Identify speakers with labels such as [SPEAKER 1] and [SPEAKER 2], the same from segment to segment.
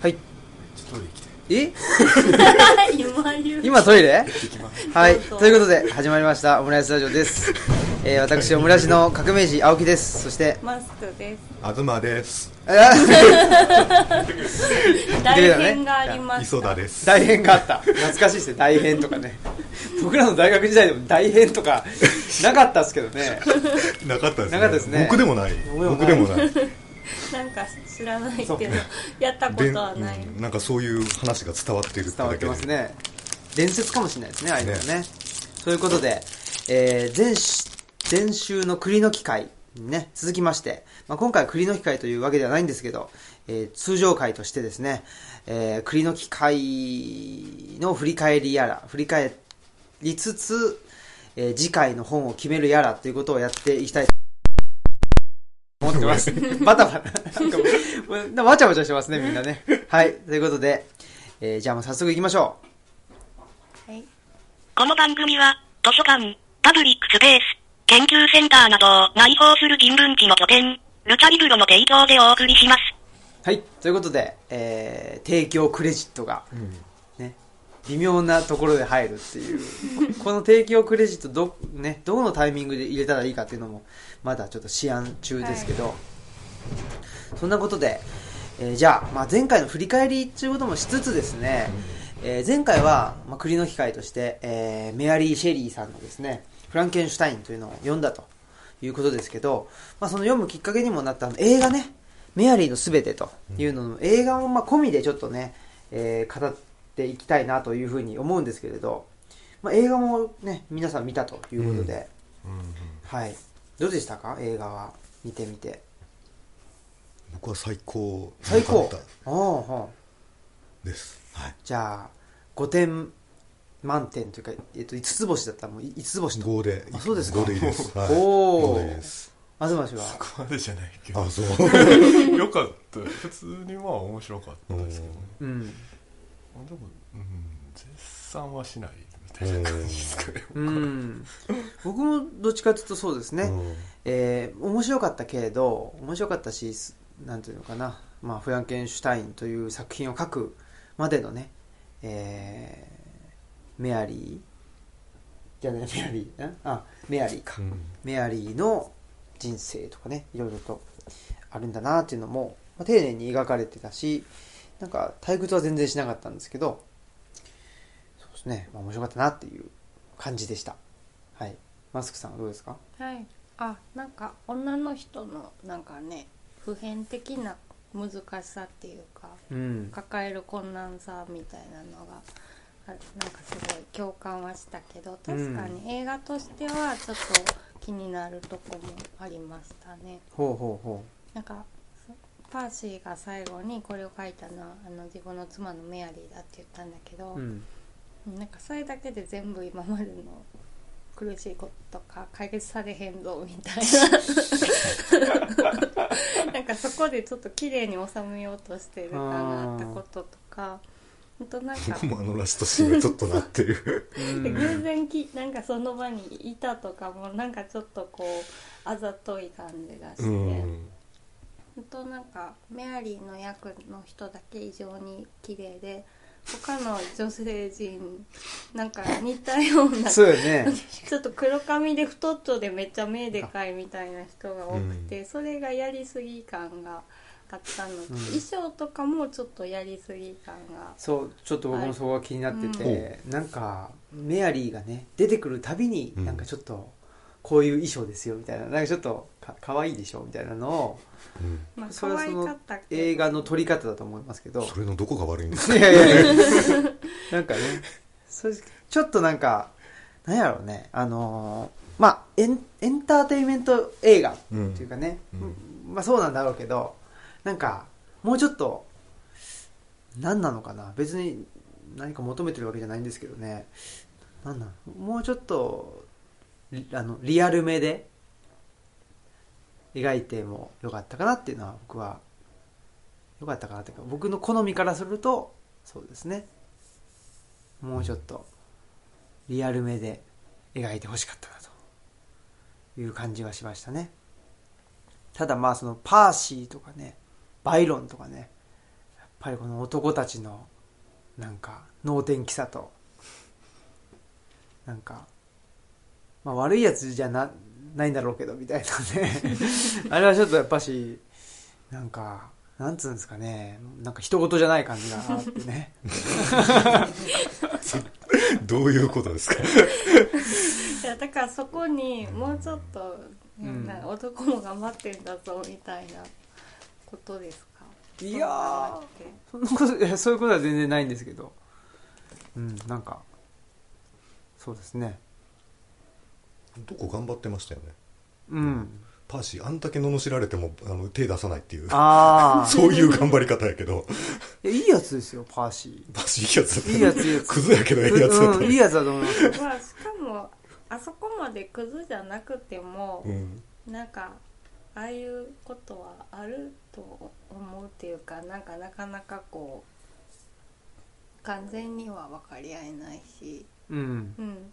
[SPEAKER 1] はい
[SPEAKER 2] ちょっとトイレ行きたい
[SPEAKER 1] え
[SPEAKER 3] 今言う
[SPEAKER 1] 今トイレ
[SPEAKER 2] 行ってきます
[SPEAKER 1] はい
[SPEAKER 3] そうそう
[SPEAKER 1] ということで始まりましたオムライスラジオです、えー、私オムライスの革命児青木ですそして
[SPEAKER 3] マスクです
[SPEAKER 2] 東です
[SPEAKER 1] あ
[SPEAKER 3] 大変がありました
[SPEAKER 2] 磯田です
[SPEAKER 1] 大変があった懐かしいですね大変とかね僕らの大学時代でも大変とかなかったですけど ね
[SPEAKER 2] なかったですね
[SPEAKER 1] なかったですね
[SPEAKER 2] 僕でもない
[SPEAKER 1] 僕
[SPEAKER 2] 僕
[SPEAKER 1] で
[SPEAKER 2] で
[SPEAKER 1] も
[SPEAKER 2] もない
[SPEAKER 3] なんか知らないけ
[SPEAKER 1] そう
[SPEAKER 3] どやったことはない
[SPEAKER 2] でうんなんかそういう話が伝わってるって
[SPEAKER 1] 伝わ
[SPEAKER 2] だ
[SPEAKER 1] っ
[SPEAKER 2] け
[SPEAKER 1] て
[SPEAKER 2] で
[SPEAKER 1] ますね伝説かもしれないですねああいうのはねということで、えー前し前週の栗の機会にね続きまして、まあ、今回は栗の機会というわけではないんですけど、えー通常会としてですね、えー栗の機会の振り返りやら振り返りつつ、えー次回の本を決めるやらということをやっていきたいと思ってますバタバタなんかもうなんかわちゃわちゃしてますねみんなねはいということで、えーじゃあもう早速いきましょう
[SPEAKER 3] はい
[SPEAKER 4] この番組は、図書館、パブリックスペース、研究センターなどを内包する人文地の拠点、ルチャリブロの提供でお送りします。
[SPEAKER 1] はい、ということで、えー提供クレジットが、ね、微妙なところで入るっていう この提供クレジットど,、ね、どのタイミングで入れたらいいかっていうのもまだちょっと試案中ですけど、そんなことで、えーじゃあ、まあ、前回の振り返りということもしつつですね、えー前回は、まあ、栗の機会として、えーメアリー・シェリーさんのですね「フランケンシュタイン」というのを読んだということですけど、まあ、その読むきっかけにもなったあの映画ね「メアリーのすべて」というのの映画をまあ込みでちょっとね、えー語っていきたいなというふうに思うんですけれど、まあ、映画もね皆さん見たということで、
[SPEAKER 2] うんうん
[SPEAKER 1] はいどうでしたか映画は見てみて
[SPEAKER 2] 僕は最高
[SPEAKER 1] 最
[SPEAKER 2] 良
[SPEAKER 1] 高
[SPEAKER 2] かった
[SPEAKER 1] おうおう
[SPEAKER 2] ですはい
[SPEAKER 1] じゃあ5点満点というか、えっと、5つ星だったらもう5つ星と
[SPEAKER 2] 5で
[SPEAKER 1] あそうですか
[SPEAKER 2] 5でいいですはい
[SPEAKER 1] おー
[SPEAKER 2] 5でいいです
[SPEAKER 1] 東氏は
[SPEAKER 5] ここまでじゃないけど
[SPEAKER 2] あそう
[SPEAKER 5] よかった普通にまあ面白かったですけどね
[SPEAKER 1] うん
[SPEAKER 5] まあでも、うん、絶賛はしないみたいな感じですかね
[SPEAKER 1] うん僕もどっちかというとそうですね、
[SPEAKER 2] うん
[SPEAKER 1] えー面白かったけれど面白かったしすなんていうのかな、まあ、フランケンシュタインという作品を書くまでのね、えーメアリーじゃないメアリーんあメアリーか、
[SPEAKER 2] うん
[SPEAKER 1] メアリーの人生とかねいろいろとあるんだなっていうのも、まあ丁寧に描かれてたしなんか退屈は全然しなかったんですけどそうですね、まあ面白かったなっていう感じでしたはいマスクさんはどうですか
[SPEAKER 3] はいあなんか女の人のなんかね普遍的な難しさっていうか
[SPEAKER 1] うん
[SPEAKER 3] 抱える困難さみたいなのがあなんかすごい共感はしたけど確かに映画としてはちょっと気になるとこもありましたね。
[SPEAKER 1] ほうほうほ
[SPEAKER 3] なんかそパーシーが最後にこれを書いたのはあの自分の妻のメアリーだって言ったんだけど、
[SPEAKER 1] う、うん、
[SPEAKER 3] なんかそれだけで全部今までの苦しいこととか解決されへんぞみたいななんかそこでちょっと綺麗に収めようとしてる感があったこととかほんとなんか
[SPEAKER 2] 僕もあのラストシーンがちょっとなっ てる
[SPEAKER 3] で偶然きなんかその場にいたとかもなんかちょっとこうあざとい感じがして。
[SPEAKER 2] うん
[SPEAKER 3] 本当なんかメアリーの役の人だけ異常に綺麗で他の女性陣なんか似たようなち
[SPEAKER 1] そ
[SPEAKER 3] ょ
[SPEAKER 1] うよね
[SPEAKER 3] っと黒髪で太っちょでめっちゃ目でかいみたいな人が多くて、それがやりすぎ感があったのと、
[SPEAKER 1] うん
[SPEAKER 3] 衣装とかもちょっとやりすぎ感が
[SPEAKER 1] そうちょっと僕もそこが気になってて、なんかメアリーがね出てくるたびに、
[SPEAKER 2] うん
[SPEAKER 1] なんかちょっとこういう衣装ですよみたいななんかちょっとかかわいいでしょみたいなのを
[SPEAKER 2] うん
[SPEAKER 3] まあ
[SPEAKER 1] それ
[SPEAKER 3] 可
[SPEAKER 1] はそ
[SPEAKER 3] 愛
[SPEAKER 1] の
[SPEAKER 3] かったけど
[SPEAKER 1] 映画の撮り方だと思いますけど
[SPEAKER 2] それのどこが悪いん です
[SPEAKER 1] い
[SPEAKER 2] か
[SPEAKER 1] やい やいやなんかねそれちょっとなんかなんやろうねあのーまあエンエンターテインメント映画っていうかね、
[SPEAKER 2] うん
[SPEAKER 1] まあそうなんだろうけどなんかもうちょっと何なのかな別に何か求めてるわけじゃないんですけどねなんなんもうちょっとリあのリアル目で描いてもよかったかなっていうのは僕はよかったかなというか僕の好みからするとそうですねもうちょっとリアル目で描いてほしかったなという感じはしましたねただまあそのパーシーとかねバイロンとかねやっぱりこの男たちのなんか能天気さとなんか、まあ、悪いやつじゃなないんだろうけどみたいなねあれはちょっとやっぱしなんかなんつうんですかねなんか人事じゃない感じがあってね
[SPEAKER 2] どういうことですか
[SPEAKER 3] いやだからそこにもうちょっと、ね
[SPEAKER 1] うん
[SPEAKER 3] なんか男も頑張ってんだぞみたいなことですか
[SPEAKER 1] いやー
[SPEAKER 3] そんなの
[SPEAKER 1] そんなこ
[SPEAKER 3] って
[SPEAKER 1] といやそういうことは全然ないんですけどうんなんかそうですね
[SPEAKER 2] どこ頑張ってましたよね
[SPEAKER 1] うん
[SPEAKER 2] パーシーあんだけ罵られてもあの手出さないっていう
[SPEAKER 1] ああ
[SPEAKER 2] そういう頑張り方やけど
[SPEAKER 1] いやいいやつですよパーシー
[SPEAKER 2] パーシーいいやつだった
[SPEAKER 1] いいやつい いやつ
[SPEAKER 2] クズやけどええやつだった
[SPEAKER 1] うん、いいやつだと思いますよ
[SPEAKER 3] まあ、しかもあそこまでクズじゃなくても
[SPEAKER 2] う、ん
[SPEAKER 3] なんかああいうことはあると思うっていうかなんかなかなかこう完全には分かり合えないし、
[SPEAKER 1] うん
[SPEAKER 3] うん、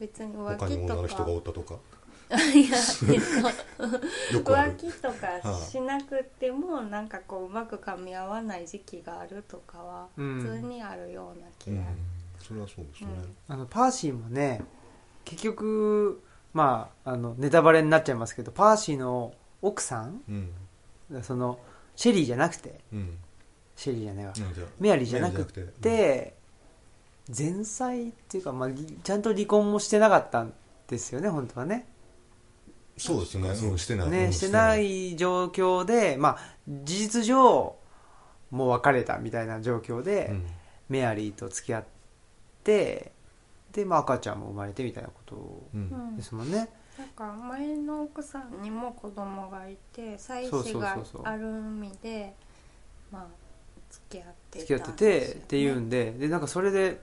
[SPEAKER 3] 別に浮
[SPEAKER 2] 他に
[SPEAKER 3] 気
[SPEAKER 2] 女
[SPEAKER 3] と
[SPEAKER 2] の人
[SPEAKER 3] か
[SPEAKER 2] がおったとか
[SPEAKER 3] いやえっと
[SPEAKER 2] よくあ
[SPEAKER 3] 浮
[SPEAKER 2] る
[SPEAKER 3] 気とかしなくてもなんかこううまく噛み合わない時期があるとかは
[SPEAKER 1] うん
[SPEAKER 3] 普通にあるような気
[SPEAKER 2] うん
[SPEAKER 3] が
[SPEAKER 2] それはそうですね
[SPEAKER 1] あのパーシーもね結局まああのネタバレになっちゃいますけどパーシーの奥さん
[SPEAKER 2] うん
[SPEAKER 1] そのシェリーじゃなくて
[SPEAKER 2] うん
[SPEAKER 1] シェリーじゃねえわ
[SPEAKER 2] なんじゃ
[SPEAKER 1] メアリーじゃなく
[SPEAKER 2] メアリーじゃなく
[SPEAKER 1] て前妻っていうか、まあ、ぎちゃんと離婚もしてなかったんですよね本当はね
[SPEAKER 2] そうですねうんしてないう
[SPEAKER 1] ね
[SPEAKER 2] ん
[SPEAKER 1] してない状況で、まあ、事実上もう別れたみたいな状況で、
[SPEAKER 2] うん
[SPEAKER 1] メアリーと付き合ってで、まあ、赤ちゃんも生まれてみたいなこ
[SPEAKER 2] う
[SPEAKER 3] うん
[SPEAKER 1] とですもんね、
[SPEAKER 3] なんか前の奥さんにも子供がいて妻
[SPEAKER 1] そうそう
[SPEAKER 3] 子
[SPEAKER 1] そう
[SPEAKER 3] が
[SPEAKER 1] そう
[SPEAKER 3] ある海でまあ付き合って
[SPEAKER 1] 付き合
[SPEAKER 3] た
[SPEAKER 1] って
[SPEAKER 3] んです
[SPEAKER 1] て
[SPEAKER 3] よね
[SPEAKER 1] っていうんででなんかそれで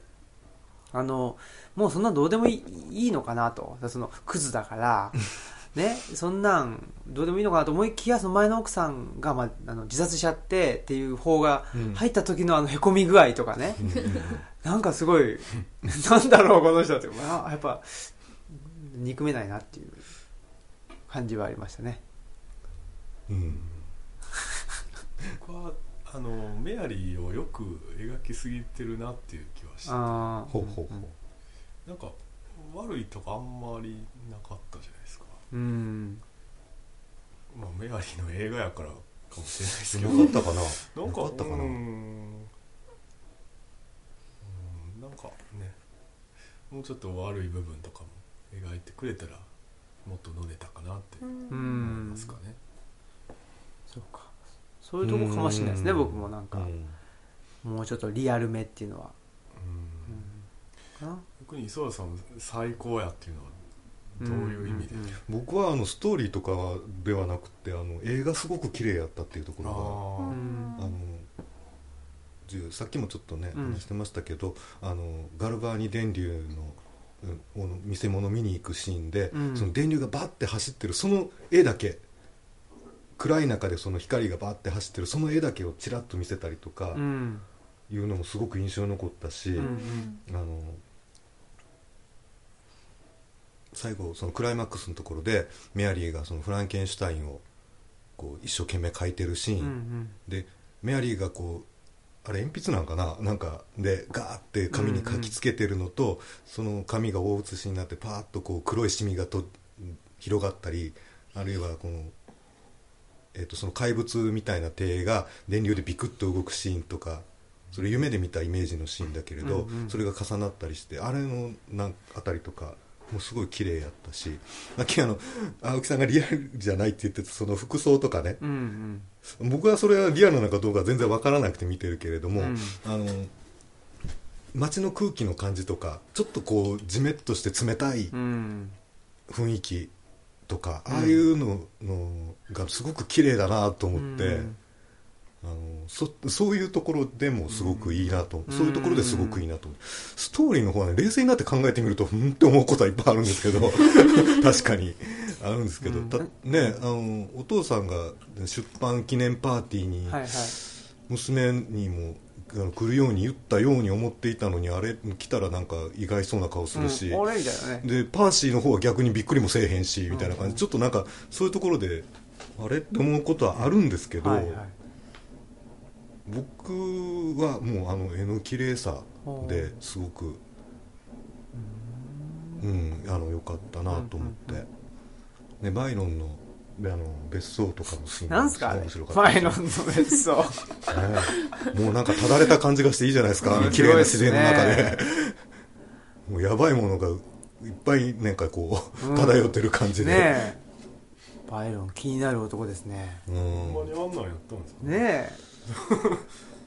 [SPEAKER 1] あのもうそんなんどうでもいいいいのかなとそのクズだから、ね、そんなんどうでもいいのかなと思いきやその前の奥さんが、まあ、あの自殺しちゃってっていう方が
[SPEAKER 2] うん
[SPEAKER 1] 入った時のあのへこみ具合とかね、
[SPEAKER 2] うんうん
[SPEAKER 1] なんかすごいなんだろうこの人って、まあ、やっぱ憎めないなっていう感じはありましたね。
[SPEAKER 2] うん
[SPEAKER 5] 僕はあのメアリーをよく描きすぎてるなっていう気はして
[SPEAKER 1] あー
[SPEAKER 2] ほうほうほう
[SPEAKER 5] なんか悪いとかあんまりなかったじゃないですか、
[SPEAKER 1] うん
[SPEAKER 5] まあ、メアリーの映画やからかもしれないですけ
[SPEAKER 2] な
[SPEAKER 5] ど
[SPEAKER 2] かったかな
[SPEAKER 5] なんか
[SPEAKER 2] なかったかな
[SPEAKER 5] うーんうーんなんかねもうちょっと悪い部分とかも描いてくれたらもっと飲んでたかなって
[SPEAKER 3] うん
[SPEAKER 5] 思い
[SPEAKER 1] ん
[SPEAKER 5] ますかね、
[SPEAKER 1] そうかそういうとこかもしれないですね
[SPEAKER 2] うん
[SPEAKER 1] 僕もなんか、
[SPEAKER 2] うん
[SPEAKER 1] もうちょっとリアルめっていうのは、
[SPEAKER 5] うん
[SPEAKER 1] うんかな
[SPEAKER 5] 逆に磯田さん最高やっていうのはどういう意味で、
[SPEAKER 1] んんん
[SPEAKER 2] 僕はあのストーリーとかではなくてあの映画すごく綺麗やったっていうところ
[SPEAKER 5] ああ、
[SPEAKER 1] ん
[SPEAKER 2] があのじゅさっきもちょっとね
[SPEAKER 1] うん
[SPEAKER 2] 話してましたけど、あのガルバーニ電流のうんを見せ物見に行くシーンで、
[SPEAKER 1] うん
[SPEAKER 2] その電流がバッて走ってるその絵だけ暗い中でその光がバッて走ってるその絵だけをちらっと見せたりとか
[SPEAKER 1] うん
[SPEAKER 2] いうのもすごく印象に残ったし、
[SPEAKER 1] うん
[SPEAKER 2] あの最後そのクライマックスのところでメアリーがそのフランケンシュタインをこう一生懸命描いてるシーン、
[SPEAKER 1] うんうん
[SPEAKER 2] でメアリーがこうあれ鉛筆なんかななんかでガーって紙に書きつけてるのと、その紙が大写しになってパーッとこう黒いシミがと広がったりあるいはこの。えっとその怪物みたいな手が電流でビクッと動くシーンとかそれ夢で見たイメージのシーンだけれど、
[SPEAKER 1] うんうん
[SPEAKER 2] それが重なったりしてあれのなんあたりとかもうすごい綺麗やったしさっきあの青木さんがリアルじゃないって言ってたその服装とかね
[SPEAKER 1] うんうん
[SPEAKER 2] 僕はそれはリアルなのかどうか全然わからなくて見てるけれども、
[SPEAKER 1] うん
[SPEAKER 2] あの街の空気の感じとかちょっとこうジメッとして冷たい
[SPEAKER 1] うん
[SPEAKER 2] 雰囲気とか、
[SPEAKER 1] うん
[SPEAKER 2] ああいうののがすごく綺麗だなと思って、
[SPEAKER 1] うん
[SPEAKER 2] あのそそういうところでもすごくいいなと、
[SPEAKER 1] うん
[SPEAKER 2] そういうところですごくいいなと思うストーリーの方は、ね、冷静になって考えてみるとうんって思うことはいっぱいあるんですけ ど確かにあるんですけど、
[SPEAKER 1] うん
[SPEAKER 2] たね、あのお父さんが出版記念パーティーに
[SPEAKER 1] はいはい
[SPEAKER 2] 娘にもあの来るように言ったように思っていたのにあれ来たらなんか意外そうな顔するし。
[SPEAKER 1] うん、俺みたいなね
[SPEAKER 2] でパーシーの方は逆にびっくりもせえへんしみたいな感じ、
[SPEAKER 1] うん
[SPEAKER 2] ちょっとなんかそういうところであれって思うことはあるんですけど、
[SPEAKER 1] はいはい
[SPEAKER 2] 僕はもうあの絵の綺麗さですごくうん、あの良かったなと思って、
[SPEAKER 1] うんう
[SPEAKER 2] ね、バイロンのであの別荘とかのシーン
[SPEAKER 1] なんすかあれ
[SPEAKER 2] 面白かった
[SPEAKER 1] 前のの別荘
[SPEAKER 2] ねもうなんかただれた感じがしていいじゃないですか、あの綺麗な自然の中で。 もうやばいものがいっぱいなんかこ
[SPEAKER 1] うん
[SPEAKER 2] う、漂ってる感 じで。
[SPEAKER 1] ねえバイロン気になる男ですね
[SPEAKER 2] う
[SPEAKER 5] ほんま
[SPEAKER 2] ん
[SPEAKER 5] にあんなんやったんです
[SPEAKER 1] ね
[SPEAKER 5] か
[SPEAKER 1] え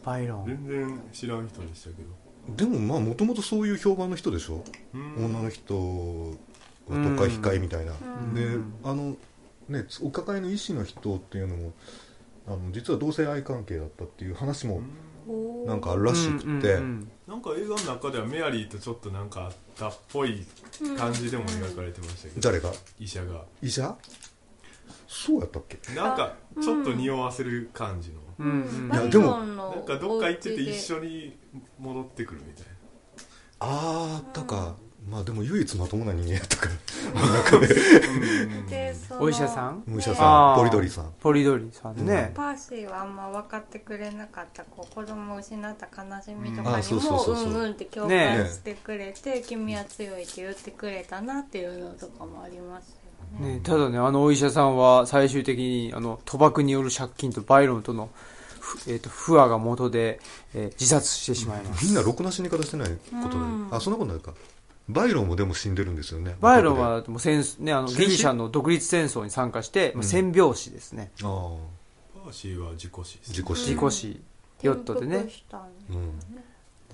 [SPEAKER 1] バイロン
[SPEAKER 5] 全然知らん人でしたけど
[SPEAKER 2] でもまあもともとそういう評判の人でしょ、
[SPEAKER 5] うん
[SPEAKER 2] 女の人は都会控えみたいな、
[SPEAKER 1] ん
[SPEAKER 2] で
[SPEAKER 1] うん
[SPEAKER 2] あのねお抱えの医師の人っていうのもあの実は同性愛関係だったっていう話も
[SPEAKER 3] おー
[SPEAKER 2] なんかあるらしくて、
[SPEAKER 1] うん
[SPEAKER 5] なんか映画の中ではメアリーとちょっとなんかあったっぽい感じでも描かれてましたけど、
[SPEAKER 2] 誰が
[SPEAKER 5] 医者が
[SPEAKER 2] 医者そうやったっけ
[SPEAKER 5] なんかちょっと匂わせる感じの、
[SPEAKER 1] うんうんうん
[SPEAKER 2] いや
[SPEAKER 3] バイ
[SPEAKER 2] でも
[SPEAKER 3] ロンの
[SPEAKER 5] なんかどっか行ってて
[SPEAKER 3] お家で
[SPEAKER 5] 一緒に戻ってくるみたい
[SPEAKER 2] ああだか、まあでも唯一まともな人間やった から
[SPEAKER 5] な、うん
[SPEAKER 3] でその
[SPEAKER 1] お医者さん
[SPEAKER 2] 武者
[SPEAKER 1] あ
[SPEAKER 2] さ
[SPEAKER 1] ー
[SPEAKER 2] んポリドリさん
[SPEAKER 1] ポリドリさんね、
[SPEAKER 3] パーシーはあんま分かってくれなかったこう子供を失った悲しみと
[SPEAKER 2] うん
[SPEAKER 3] か
[SPEAKER 2] あ
[SPEAKER 3] に
[SPEAKER 2] そうそう
[SPEAKER 3] も
[SPEAKER 2] そう
[SPEAKER 3] う
[SPEAKER 2] そうん
[SPEAKER 3] うんって共感してくれて「君は強い」って言ってくれたなっていうのとかもありますよね。
[SPEAKER 1] ね、ただね、あのお医者さんは最終的にあの賭博による借金とバイロンとの、ふえー、と不和が元で、えー自殺してしまいます。
[SPEAKER 2] みんなろくな死に方してないことで、あそんなことないかバイロンもでも死んでるんですよね
[SPEAKER 1] バイロンはもう戦争ね、あの
[SPEAKER 2] 戦
[SPEAKER 1] ギ
[SPEAKER 2] 死
[SPEAKER 1] リシャの独立戦争に参加して、まあ、戦病死ですね、
[SPEAKER 2] ああ
[SPEAKER 5] パーシーは自己死です
[SPEAKER 2] 自己死
[SPEAKER 1] 事故死、ヨットでね
[SPEAKER 3] 転覆したん
[SPEAKER 2] う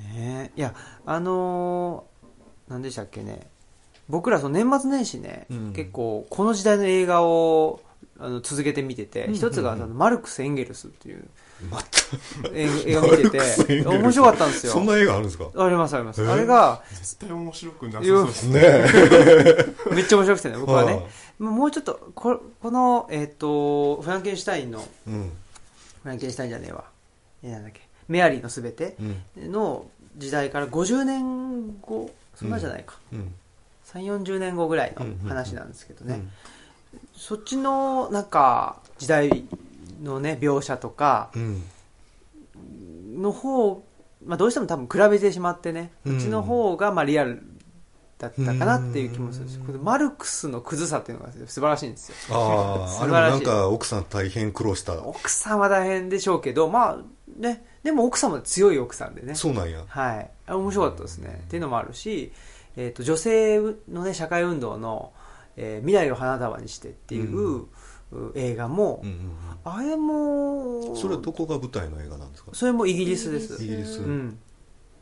[SPEAKER 2] ん、
[SPEAKER 1] ねいや、あのー、何でしたっけね、僕らその年末年始ね、
[SPEAKER 2] うん
[SPEAKER 1] 結構この時代の映画をあの続けて見てて、
[SPEAKER 2] うん
[SPEAKER 1] 一つがあのマルクス・エンゲルスっていう
[SPEAKER 2] また
[SPEAKER 1] 映映画見て
[SPEAKER 2] マルクスエンゲ
[SPEAKER 1] て、
[SPEAKER 2] ルス
[SPEAKER 1] 面白かったんですよ。
[SPEAKER 2] そんな映画あるんですか
[SPEAKER 1] ありますあります。
[SPEAKER 2] えー
[SPEAKER 1] あれが、
[SPEAKER 5] 絶対面白くなさそうですね
[SPEAKER 2] ねえ
[SPEAKER 1] めっちゃ面白くてね、僕はね
[SPEAKER 2] は。
[SPEAKER 1] まあもうちょっと、ここの、えっ、と、フランケンシュタインの、フ
[SPEAKER 2] うん
[SPEAKER 1] ランケンシュタインじゃねえわ。えなんだっけ、メアリーのすべて
[SPEAKER 2] うん
[SPEAKER 1] の時代から50年後、そんなじゃないか。
[SPEAKER 2] うん
[SPEAKER 1] 3、40年後ぐらい
[SPEAKER 2] うんうんう
[SPEAKER 1] の
[SPEAKER 2] ん
[SPEAKER 1] 話なんですけどね。
[SPEAKER 2] うん
[SPEAKER 1] そっちの、なんか、時代のね、描写とか、
[SPEAKER 2] うん
[SPEAKER 1] の方、まあどうしても多分比べてしまってね、
[SPEAKER 2] うん
[SPEAKER 1] こっちの方が、まあリアル、だったかなっていう気もするし、
[SPEAKER 2] うん
[SPEAKER 1] このマルクスのクズさっていうのが素晴らしいんですよ。
[SPEAKER 2] あああれもなんか奥さん大変苦労した
[SPEAKER 1] 奥さんは大変でしょうけど、まあね、でも奥様は強い奥さんでね。
[SPEAKER 2] そうなんや
[SPEAKER 1] はい。あ面白かったですね。っていうのもあるし、えっ、と、女性のね、社会運動の、えー未来を花束にしてっていう、う映画も、
[SPEAKER 2] うんうん
[SPEAKER 1] あれも、
[SPEAKER 2] うんそれはどこが舞台の映画なんですか
[SPEAKER 1] それもイギリスです。
[SPEAKER 2] イギリス
[SPEAKER 1] うん。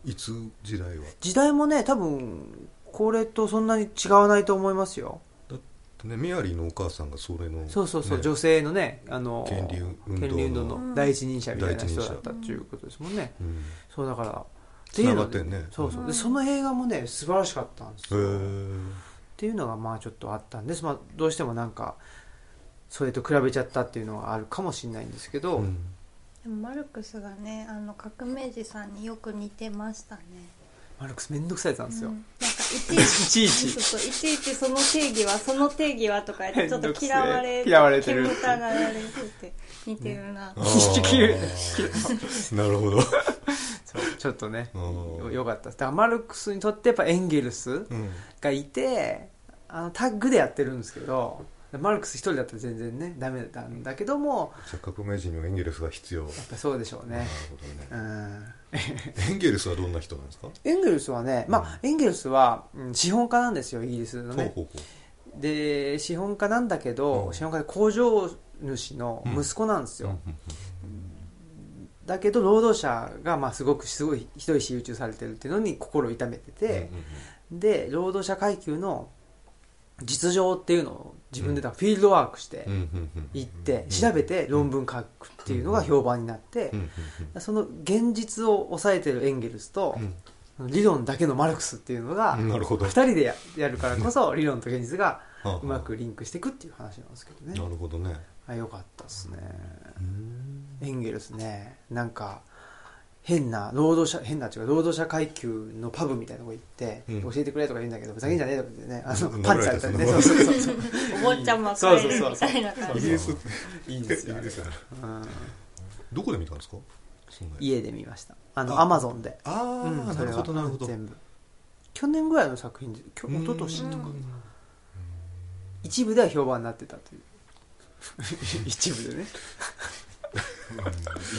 [SPEAKER 2] いつ時代は
[SPEAKER 1] 時代もね、多分、これとそんなに違わないと思いますよ。
[SPEAKER 2] だってねメアリーのお母さんがそれの
[SPEAKER 1] そうそうそう、
[SPEAKER 2] ね
[SPEAKER 1] 女性のね、あの、
[SPEAKER 2] 権利運動の
[SPEAKER 1] 権利運動の第一人者みたいな人だったっていうことですもんね。
[SPEAKER 2] うん
[SPEAKER 1] そうだから
[SPEAKER 2] つながってん
[SPEAKER 1] っていう
[SPEAKER 2] ね
[SPEAKER 1] のでそうそう、
[SPEAKER 3] う
[SPEAKER 1] で
[SPEAKER 3] ん
[SPEAKER 1] その映画もね素晴らしかったんです
[SPEAKER 2] へ
[SPEAKER 1] よ、
[SPEAKER 2] え
[SPEAKER 1] っていうのがまあちょっとあったんです、まあ、どうしてもなんかそれと比べちゃったっていうのはあるかもしれないんですけど、
[SPEAKER 2] うん
[SPEAKER 3] でもマルクスがねあの革命児さんによく似てましたね。
[SPEAKER 1] マルクスめんどくさいやつなんですよ、
[SPEAKER 3] うんなんかいちいち
[SPEAKER 1] い ちいち
[SPEAKER 3] そうそういちいちその定義はその定義はとか言ってちょっと嫌わ
[SPEAKER 1] めんどく
[SPEAKER 3] れ
[SPEAKER 1] せえ嫌われてる
[SPEAKER 3] 煙たがられてて似てるな、
[SPEAKER 2] あ
[SPEAKER 1] 引き切る
[SPEAKER 2] ーなるほど
[SPEAKER 1] そうちょっとね
[SPEAKER 2] うん
[SPEAKER 1] よよかったですだからマルクスにとってやっぱエンゲルス
[SPEAKER 2] うん
[SPEAKER 1] がいてあのタッグでやってるんですけどマルクス一人だったら全然ねダメだったんだけども
[SPEAKER 2] じゃあ革命児にはエンゲルスが必要
[SPEAKER 1] やっぱそうでしょう
[SPEAKER 2] な
[SPEAKER 1] ね
[SPEAKER 2] る、ほどね
[SPEAKER 1] うん
[SPEAKER 2] エンゲルスはどんな人なんですか
[SPEAKER 1] エンゲルスはね、まあ、エンゲルスは、うん資本家なんですよ、イギリスの
[SPEAKER 2] ほう
[SPEAKER 1] ね。
[SPEAKER 2] ほうほ
[SPEAKER 1] で、資本家なんだけど、
[SPEAKER 2] うん
[SPEAKER 1] 資本家で工場主の息子なんです
[SPEAKER 2] うう
[SPEAKER 1] よ
[SPEAKER 2] ん。うん
[SPEAKER 1] だけど、労働者が、まあ、すごく、すごい、ひどい仕打ちをされてるっていうのに心を痛めてて
[SPEAKER 2] う、ん
[SPEAKER 1] で、労働者階級の実情っていうのを自分でだからフィールドワークして
[SPEAKER 2] うんうんうん
[SPEAKER 1] 行って、調べて論文書くっていうのが評判になって
[SPEAKER 2] う、ん
[SPEAKER 1] その現実を抑えてるエンゲルスと
[SPEAKER 2] うん、
[SPEAKER 1] 理論だけのマルクスっていうのが
[SPEAKER 2] う、んなるほど
[SPEAKER 1] 二人でややるからこそ理論と現実が
[SPEAKER 2] ああ
[SPEAKER 1] うまくリンクしていくっていう話なんですけど
[SPEAKER 2] な
[SPEAKER 1] ね
[SPEAKER 2] るほどね
[SPEAKER 1] あよかったですねエンゲルスねなんか変な労働者変な違う労働者階級のパブみたいなとこ行って、
[SPEAKER 2] うん
[SPEAKER 1] 教えてくれとか言うんだけどふざけんじゃねえとか言ってねあの
[SPEAKER 2] うん
[SPEAKER 1] パンチされたりね
[SPEAKER 2] 殴ら
[SPEAKER 1] そう
[SPEAKER 2] れた
[SPEAKER 1] そ
[SPEAKER 2] り
[SPEAKER 1] うそうそう
[SPEAKER 3] お坊ちゃまく
[SPEAKER 1] そう
[SPEAKER 3] れ
[SPEAKER 1] そう
[SPEAKER 3] る
[SPEAKER 1] そう
[SPEAKER 3] みたいな感
[SPEAKER 2] イ
[SPEAKER 3] じ
[SPEAKER 2] ギリス
[SPEAKER 1] いいんですよ
[SPEAKER 2] イギリス
[SPEAKER 1] うん
[SPEAKER 2] どこで見たんですかそうね
[SPEAKER 1] 家で見ましたあの
[SPEAKER 2] あ
[SPEAKER 1] アマゾンで
[SPEAKER 2] ああ、
[SPEAKER 1] うん
[SPEAKER 2] な
[SPEAKER 1] それ
[SPEAKER 2] る
[SPEAKER 1] は
[SPEAKER 2] ほどなるほど
[SPEAKER 1] 全部去年ぐらいの作品できょ
[SPEAKER 2] うん
[SPEAKER 1] 一昨年とか
[SPEAKER 2] うん
[SPEAKER 1] 一部では評判になってたという 一部でね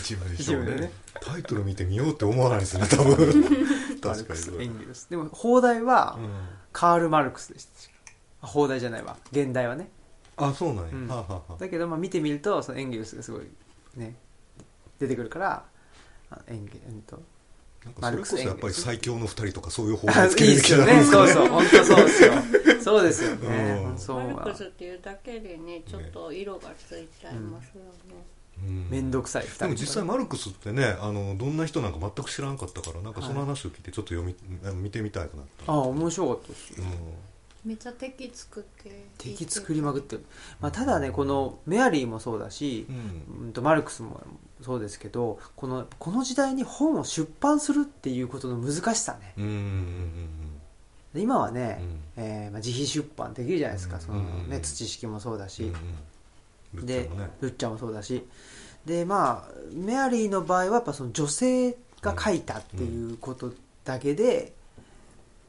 [SPEAKER 5] 一部でし
[SPEAKER 1] 一
[SPEAKER 5] ょう
[SPEAKER 1] 部で
[SPEAKER 5] ね
[SPEAKER 1] ね
[SPEAKER 2] タイトル見てみようって思わないですね多
[SPEAKER 1] マ
[SPEAKER 2] 分
[SPEAKER 1] ル
[SPEAKER 2] 確か
[SPEAKER 1] ク
[SPEAKER 2] に
[SPEAKER 1] ス
[SPEAKER 2] そうだ
[SPEAKER 1] 演技ですでも放題は
[SPEAKER 2] うん
[SPEAKER 1] カール・マルクスでしたあ放題じゃないわ現代はね
[SPEAKER 2] あそうなんや、
[SPEAKER 1] うん
[SPEAKER 2] はあはあはあ
[SPEAKER 1] だけどまあ見てみるとそのエンゲルスがすごいね出てくるからあエンゲうんと
[SPEAKER 2] なんか
[SPEAKER 1] マ
[SPEAKER 2] そ
[SPEAKER 1] ル
[SPEAKER 2] れ
[SPEAKER 1] クス
[SPEAKER 2] こそ
[SPEAKER 1] 演技
[SPEAKER 2] やっぱり最強の二人とかそういう方
[SPEAKER 1] あい
[SPEAKER 2] 法
[SPEAKER 1] い
[SPEAKER 2] つける
[SPEAKER 1] で
[SPEAKER 2] べ
[SPEAKER 1] す
[SPEAKER 2] きじゃ
[SPEAKER 1] よ
[SPEAKER 2] ない
[SPEAKER 1] ね
[SPEAKER 2] です
[SPEAKER 1] そ
[SPEAKER 2] か
[SPEAKER 1] うそう本当そうですよそうですよね
[SPEAKER 2] うん
[SPEAKER 1] ほんとそう
[SPEAKER 3] マル
[SPEAKER 1] 思う
[SPEAKER 3] ク
[SPEAKER 1] わ
[SPEAKER 3] スっていうだけでねちょっと色がついちゃいますよね、
[SPEAKER 2] うん
[SPEAKER 1] 面倒くさい2人
[SPEAKER 2] でも実際マルクスってねあのどんな人なんか全く知らんかったからなんかその話を聞いてちょっと読み、あの見てみたいくなった
[SPEAKER 1] ああ面白かったです
[SPEAKER 2] う
[SPEAKER 1] よ
[SPEAKER 2] ん
[SPEAKER 3] めっちゃ敵作って
[SPEAKER 1] 敵作りまくってる、まあ、ただねこのメアリーもそうだし
[SPEAKER 2] う、ん
[SPEAKER 1] うん、とマルクスもそうですけどこのこの時代に本を出版するっていうことの難しさね
[SPEAKER 2] うんうん
[SPEAKER 1] で今はね、
[SPEAKER 2] う
[SPEAKER 1] えーまあ、自費出版できるじゃないですかその、
[SPEAKER 2] うんうんう
[SPEAKER 1] ね、
[SPEAKER 2] ん
[SPEAKER 1] 土式もそうだ
[SPEAKER 2] うんうん
[SPEAKER 1] し、
[SPEAKER 2] うんルッ
[SPEAKER 1] で
[SPEAKER 2] チャもね
[SPEAKER 1] ルッチャもそうだしでまあメアリーの場合はやっぱその女性が書いたっていうことだけで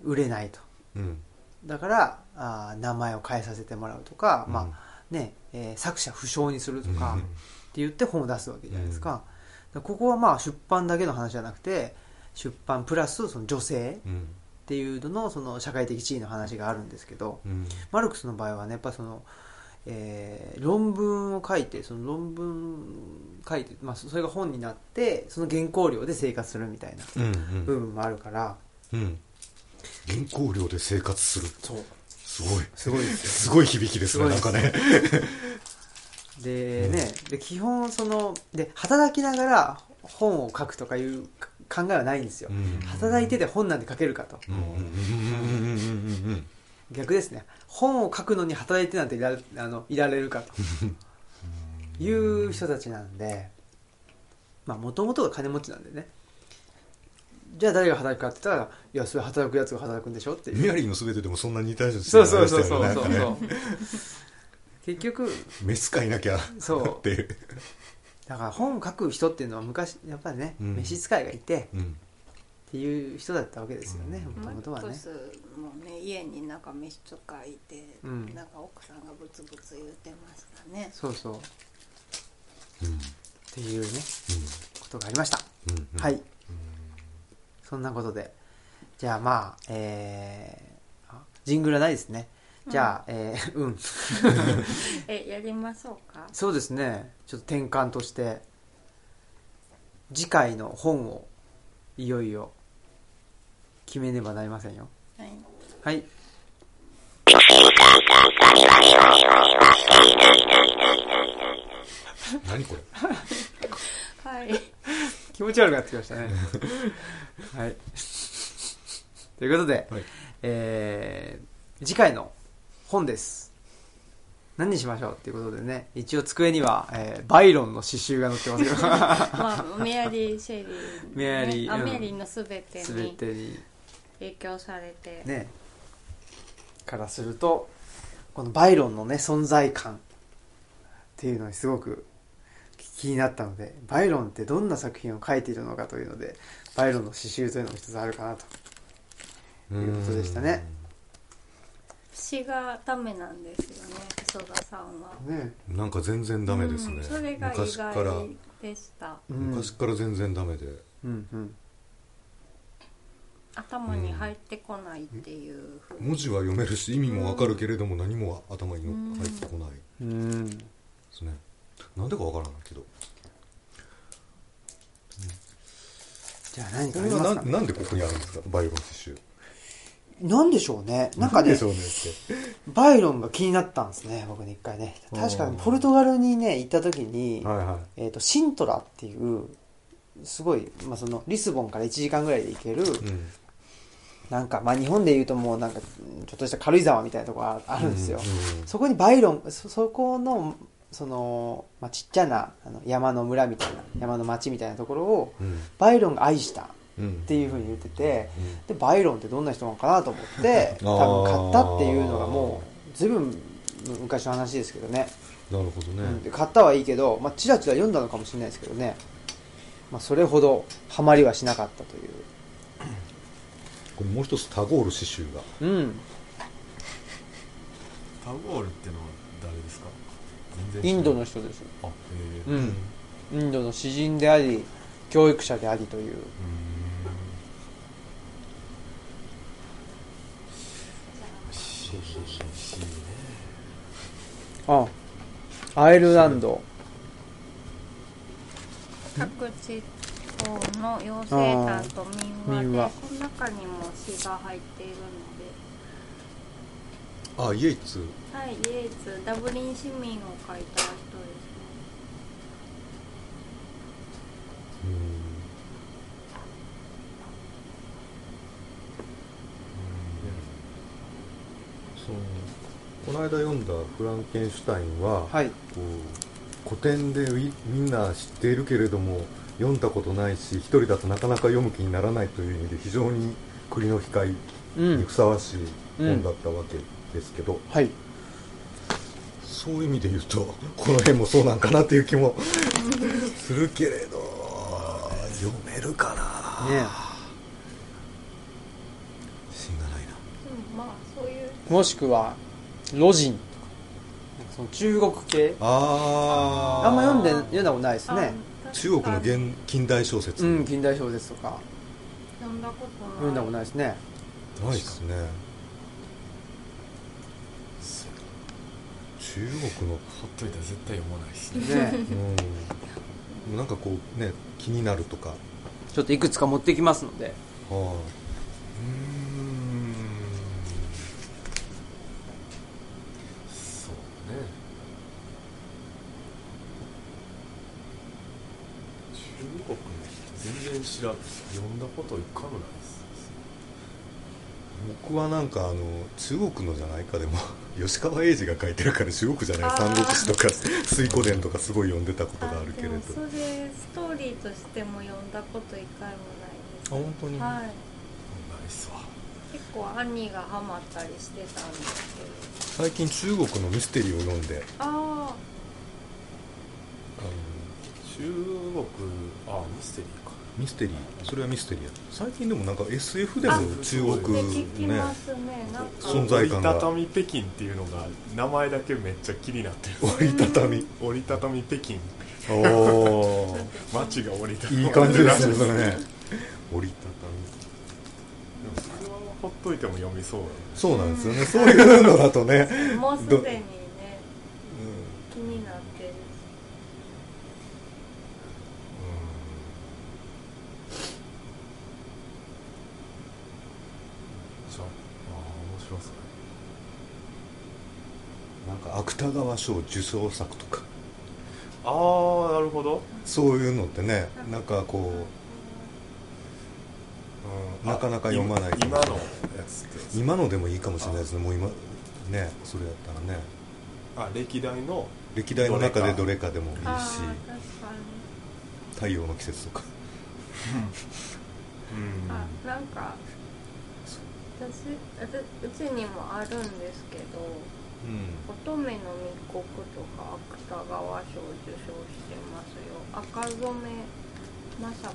[SPEAKER 1] 売れないと
[SPEAKER 2] うん
[SPEAKER 1] だからあー名前を変えさせてもらうとか、
[SPEAKER 2] うん
[SPEAKER 1] まあねえー作者不詳にするとか
[SPEAKER 2] うん
[SPEAKER 1] って言って本を出すわけじゃないですか,、ここはまあ出版だけの話じゃなくて出版プラスその女性っ
[SPEAKER 2] うん
[SPEAKER 1] ていうののその社会的地位の話があるんですけど、
[SPEAKER 2] うん
[SPEAKER 1] マルクスの場合はねやっぱその、えー論文を書いてその論文書いて、まあ、そそれが本になってその原稿料で生活するみたいな
[SPEAKER 2] うんう
[SPEAKER 1] 部
[SPEAKER 2] ん
[SPEAKER 1] 分もあるから、
[SPEAKER 2] うん原稿料で生活する
[SPEAKER 1] そう
[SPEAKER 2] すごい
[SPEAKER 1] すごいですよ
[SPEAKER 2] すごい響きですねなん
[SPEAKER 1] すご
[SPEAKER 2] か
[SPEAKER 1] い
[SPEAKER 2] ね
[SPEAKER 1] でねで基本そので働きながら本を書くとかいう考えはないんですよ、
[SPEAKER 2] うん
[SPEAKER 1] 働いてて本なんて書けるかと、
[SPEAKER 2] うんうんうんうんうんうん
[SPEAKER 1] 逆ですね本を書くのに働いてなんていらあのいられるかと いう人たちなんでまあもともとが金持ちなんでねじゃあ誰が働くかって言ったらいやそれ働くやつが働くんでしょって いう
[SPEAKER 2] メアリーのすべてでもそんな似たような
[SPEAKER 1] そうそうそうそう
[SPEAKER 2] なん
[SPEAKER 1] そう
[SPEAKER 2] か
[SPEAKER 1] そう、
[SPEAKER 2] ね
[SPEAKER 1] 結局
[SPEAKER 2] メスかいなきゃ
[SPEAKER 1] そう
[SPEAKER 2] っていう
[SPEAKER 1] だから本を書く人っていうのは昔やっぱりね、
[SPEAKER 2] うん
[SPEAKER 1] 召使いがいて
[SPEAKER 2] うん
[SPEAKER 1] っていう人だったわけですよねもと
[SPEAKER 3] マ
[SPEAKER 1] もとは
[SPEAKER 3] ック
[SPEAKER 1] ね
[SPEAKER 3] スもね家になんか飯とかいて、
[SPEAKER 1] うん
[SPEAKER 3] なんか奥さんがブツブツ言ってましたね
[SPEAKER 1] そうそうっ
[SPEAKER 2] うん
[SPEAKER 1] ていうねことがありました
[SPEAKER 2] うんうんうん
[SPEAKER 1] はい。そんなことで。じゃあまあ、えー、あジングルはないですね。じゃあ、えー、 うん。
[SPEAKER 3] えやりましょうか
[SPEAKER 1] そうですね。ちょっと転換として、次回の本を、いよいよ、決めねばなりませんよ。
[SPEAKER 3] はい
[SPEAKER 1] はい。
[SPEAKER 2] 何これ
[SPEAKER 3] はい
[SPEAKER 1] 気持ち悪くなってきましたね。 はい。ということで、
[SPEAKER 2] はい
[SPEAKER 1] えー次回の本です。何にしましょうっていうことでね、一応机には、えーバイロンの刺繍が載ってます
[SPEAKER 3] まあメアリー・シェリー、ね、
[SPEAKER 1] メアリー
[SPEAKER 3] あ
[SPEAKER 1] うん
[SPEAKER 3] メアリーのすべ
[SPEAKER 1] け
[SPEAKER 3] て
[SPEAKER 1] ど、全
[SPEAKER 3] に
[SPEAKER 1] てに
[SPEAKER 3] 影響されて、
[SPEAKER 1] ね、からすると、このバイロンのね、存在感っていうのにすごく気になったので、バイロンってどんな作品を書いているのかというので、バイロンの刺繍というのも一つあるかなと。
[SPEAKER 2] と
[SPEAKER 1] いうことでしたね
[SPEAKER 3] 詩がダメなんですよね細田さんは
[SPEAKER 1] ね
[SPEAKER 2] なんか全然ダメですね、
[SPEAKER 3] うんそれが意
[SPEAKER 2] 昔から
[SPEAKER 3] 外でした
[SPEAKER 1] うん
[SPEAKER 2] 昔から全然ダメで
[SPEAKER 1] うんうん
[SPEAKER 3] 頭に入ってこないっていうふうに
[SPEAKER 2] 文字は読めるし意味もわかるけれども何も頭にの入ってこないで
[SPEAKER 1] うん
[SPEAKER 2] すねなんでかわからないけど
[SPEAKER 1] じゃあ何
[SPEAKER 2] こ
[SPEAKER 1] かあり
[SPEAKER 2] れ
[SPEAKER 1] ます
[SPEAKER 2] は
[SPEAKER 1] か
[SPEAKER 2] な
[SPEAKER 1] ね
[SPEAKER 2] なんでここにあるんですかバイロン刺繍
[SPEAKER 1] なんでしょうねなんかね
[SPEAKER 2] でしょうねって
[SPEAKER 1] バイロンが気になったんですね僕ね一回ね
[SPEAKER 2] あー
[SPEAKER 1] 確かにポルトガルにね行った時に、
[SPEAKER 2] はいは
[SPEAKER 1] えー、とシントラっていうすごい、まあ、そのリスボンから1時間ぐらいで行ける、
[SPEAKER 2] い、うん、
[SPEAKER 1] なんかまあ日本でいうともうなんかうんちょっとした軽井沢みたいなとこがああるんですよ、
[SPEAKER 2] うん
[SPEAKER 1] そこにバイロンそそこのその、まあ、ちっちゃなあの山の村みたいな山の町みたいなところを
[SPEAKER 2] うん
[SPEAKER 1] バイロンが愛した
[SPEAKER 2] うん
[SPEAKER 1] っていうふうに言ってて、
[SPEAKER 2] うん
[SPEAKER 1] でバイロンってどんな人なのかなと思 って
[SPEAKER 2] あー
[SPEAKER 1] 多分買ったっていうのがもうずいぶん昔の話ですけどね、
[SPEAKER 2] なるほどね、
[SPEAKER 1] うんで買ったはいいけど、まあ、チラチラ読んだのかもしれないですけどねまあ、それほどハマりはしなかったという
[SPEAKER 2] これもう一つタゴール刺繍が
[SPEAKER 1] うん
[SPEAKER 5] タゴールってのは誰ですか全
[SPEAKER 1] イン
[SPEAKER 5] 然知ら
[SPEAKER 1] ド
[SPEAKER 5] ない
[SPEAKER 1] の人です
[SPEAKER 5] あへえ
[SPEAKER 1] うんインドの詩人であり教育者でありという
[SPEAKER 5] そうそうそうしいね
[SPEAKER 1] あアイルランド
[SPEAKER 3] 各地方の養成団と民
[SPEAKER 1] 民
[SPEAKER 3] 話
[SPEAKER 1] 話
[SPEAKER 3] でその中にも詩が入っているので
[SPEAKER 2] あイエイツ
[SPEAKER 3] はい、イエーツ、ダブリン市民を書いた人ですね。
[SPEAKER 2] そのこの間読んだ「フランケンシュタインは」
[SPEAKER 1] はい
[SPEAKER 2] こう古典でみみんな知っているけれども読んだことないし一人だとなかなか読む気にならないという意味で非常に栗の光
[SPEAKER 1] う
[SPEAKER 2] に
[SPEAKER 1] ん
[SPEAKER 2] ふさわしい本だったわけですけど、
[SPEAKER 1] はい
[SPEAKER 2] そういう意味で言うとこの辺もそうなんかなっていう 気もするけれど読めるかな
[SPEAKER 1] ね
[SPEAKER 2] 自信がないな
[SPEAKER 3] うん、まあ、そういう。
[SPEAKER 1] もしくはロジンなんかその中国系
[SPEAKER 2] あー
[SPEAKER 1] あんま読んで読んだことないですね
[SPEAKER 3] あ
[SPEAKER 2] 中国の現近代小説、
[SPEAKER 1] うん近代小説とか
[SPEAKER 3] 読んだことない。。
[SPEAKER 1] 読んだことないいですね
[SPEAKER 2] ないですね中国の
[SPEAKER 5] ほっといたら絶対読まないです ね
[SPEAKER 1] ね
[SPEAKER 2] うんなんかこうね気になるとかは
[SPEAKER 1] ちょっといくつか持ってきますので
[SPEAKER 2] あ
[SPEAKER 5] うんそうね中国の人全然知らん読んだこと一回もないです
[SPEAKER 2] 僕はなんかあの中国のじゃないかでも 吉川英治が書いてるから中国じゃない三国志とか 水古伝とかすごい読んでたことがあるけれど
[SPEAKER 3] でもそれ、ストーリーとしても読んだこと一回もないで
[SPEAKER 2] 本当に
[SPEAKER 3] す。はい。
[SPEAKER 5] ないっすわ
[SPEAKER 3] 結構兄がハマったりしてたんですけど。
[SPEAKER 2] 最近中国のミステリーを読んで
[SPEAKER 3] あ
[SPEAKER 2] あの
[SPEAKER 5] 中国あミステリーか
[SPEAKER 2] ミステリーそれはミステリーや最近でもなんか SF でも中
[SPEAKER 3] あ、って聞き
[SPEAKER 2] 国ね
[SPEAKER 3] ますね。なんか。
[SPEAKER 2] 存在感が
[SPEAKER 5] 折りたたみ北京っていう のが名前だけめっちゃ気になってる
[SPEAKER 2] 折りたたみ
[SPEAKER 5] 折りたたみ北京
[SPEAKER 2] おお
[SPEAKER 5] 街が折りたたみ
[SPEAKER 2] いい感じです
[SPEAKER 5] で
[SPEAKER 2] ね
[SPEAKER 5] も
[SPEAKER 2] それね折りたたみ
[SPEAKER 5] それはほっといても読みそうだね
[SPEAKER 2] そうなんですよねそういうのだとね
[SPEAKER 3] もうすでにね、気になってる。
[SPEAKER 5] じゃああー面白そう
[SPEAKER 2] なんか芥川賞受賞作とか
[SPEAKER 5] ああなるほど、
[SPEAKER 2] そういうのってねなんかこ
[SPEAKER 5] うん
[SPEAKER 2] なかなか読まない
[SPEAKER 5] あ今のやつって
[SPEAKER 2] う今のでもいいかもしれないですねもう今ねそれやったらね
[SPEAKER 5] あ歴代の
[SPEAKER 2] 歴代の中でどれかでもいい
[SPEAKER 3] ああ、
[SPEAKER 2] し
[SPEAKER 3] 確かに。
[SPEAKER 2] 「太陽の季節」とか
[SPEAKER 5] うん
[SPEAKER 3] あなんか私あたうちにもあるんですけど
[SPEAKER 2] うん
[SPEAKER 3] 乙女の密告とか芥川賞受賞してますよ赤染め雅子さんち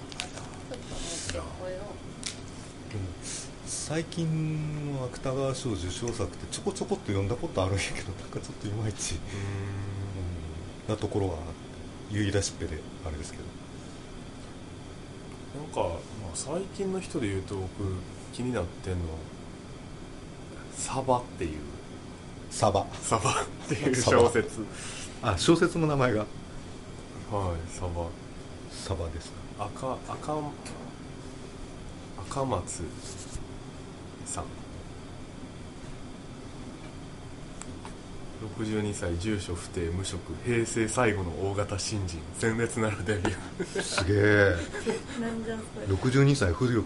[SPEAKER 3] ょっと持ってこよ
[SPEAKER 2] でも最近の芥川賞受賞作ってちょこちょこっと読んだことあるんやけどなんかちょっといまいちなところは言い出しっぺであれですけど
[SPEAKER 5] なんか、まあ、最近の人で言うと僕気になってんのサバっていう
[SPEAKER 2] サバ
[SPEAKER 5] サバっていう
[SPEAKER 2] サバ
[SPEAKER 5] 小説
[SPEAKER 2] あ小説の名前が
[SPEAKER 5] はいサバ
[SPEAKER 2] サバですか
[SPEAKER 5] 赤赤赤松さん62歳住所不定無職平成最後の大型新人鮮烈なるデビュ
[SPEAKER 2] すげえ
[SPEAKER 3] うなんじゃそれ
[SPEAKER 2] 62歳不住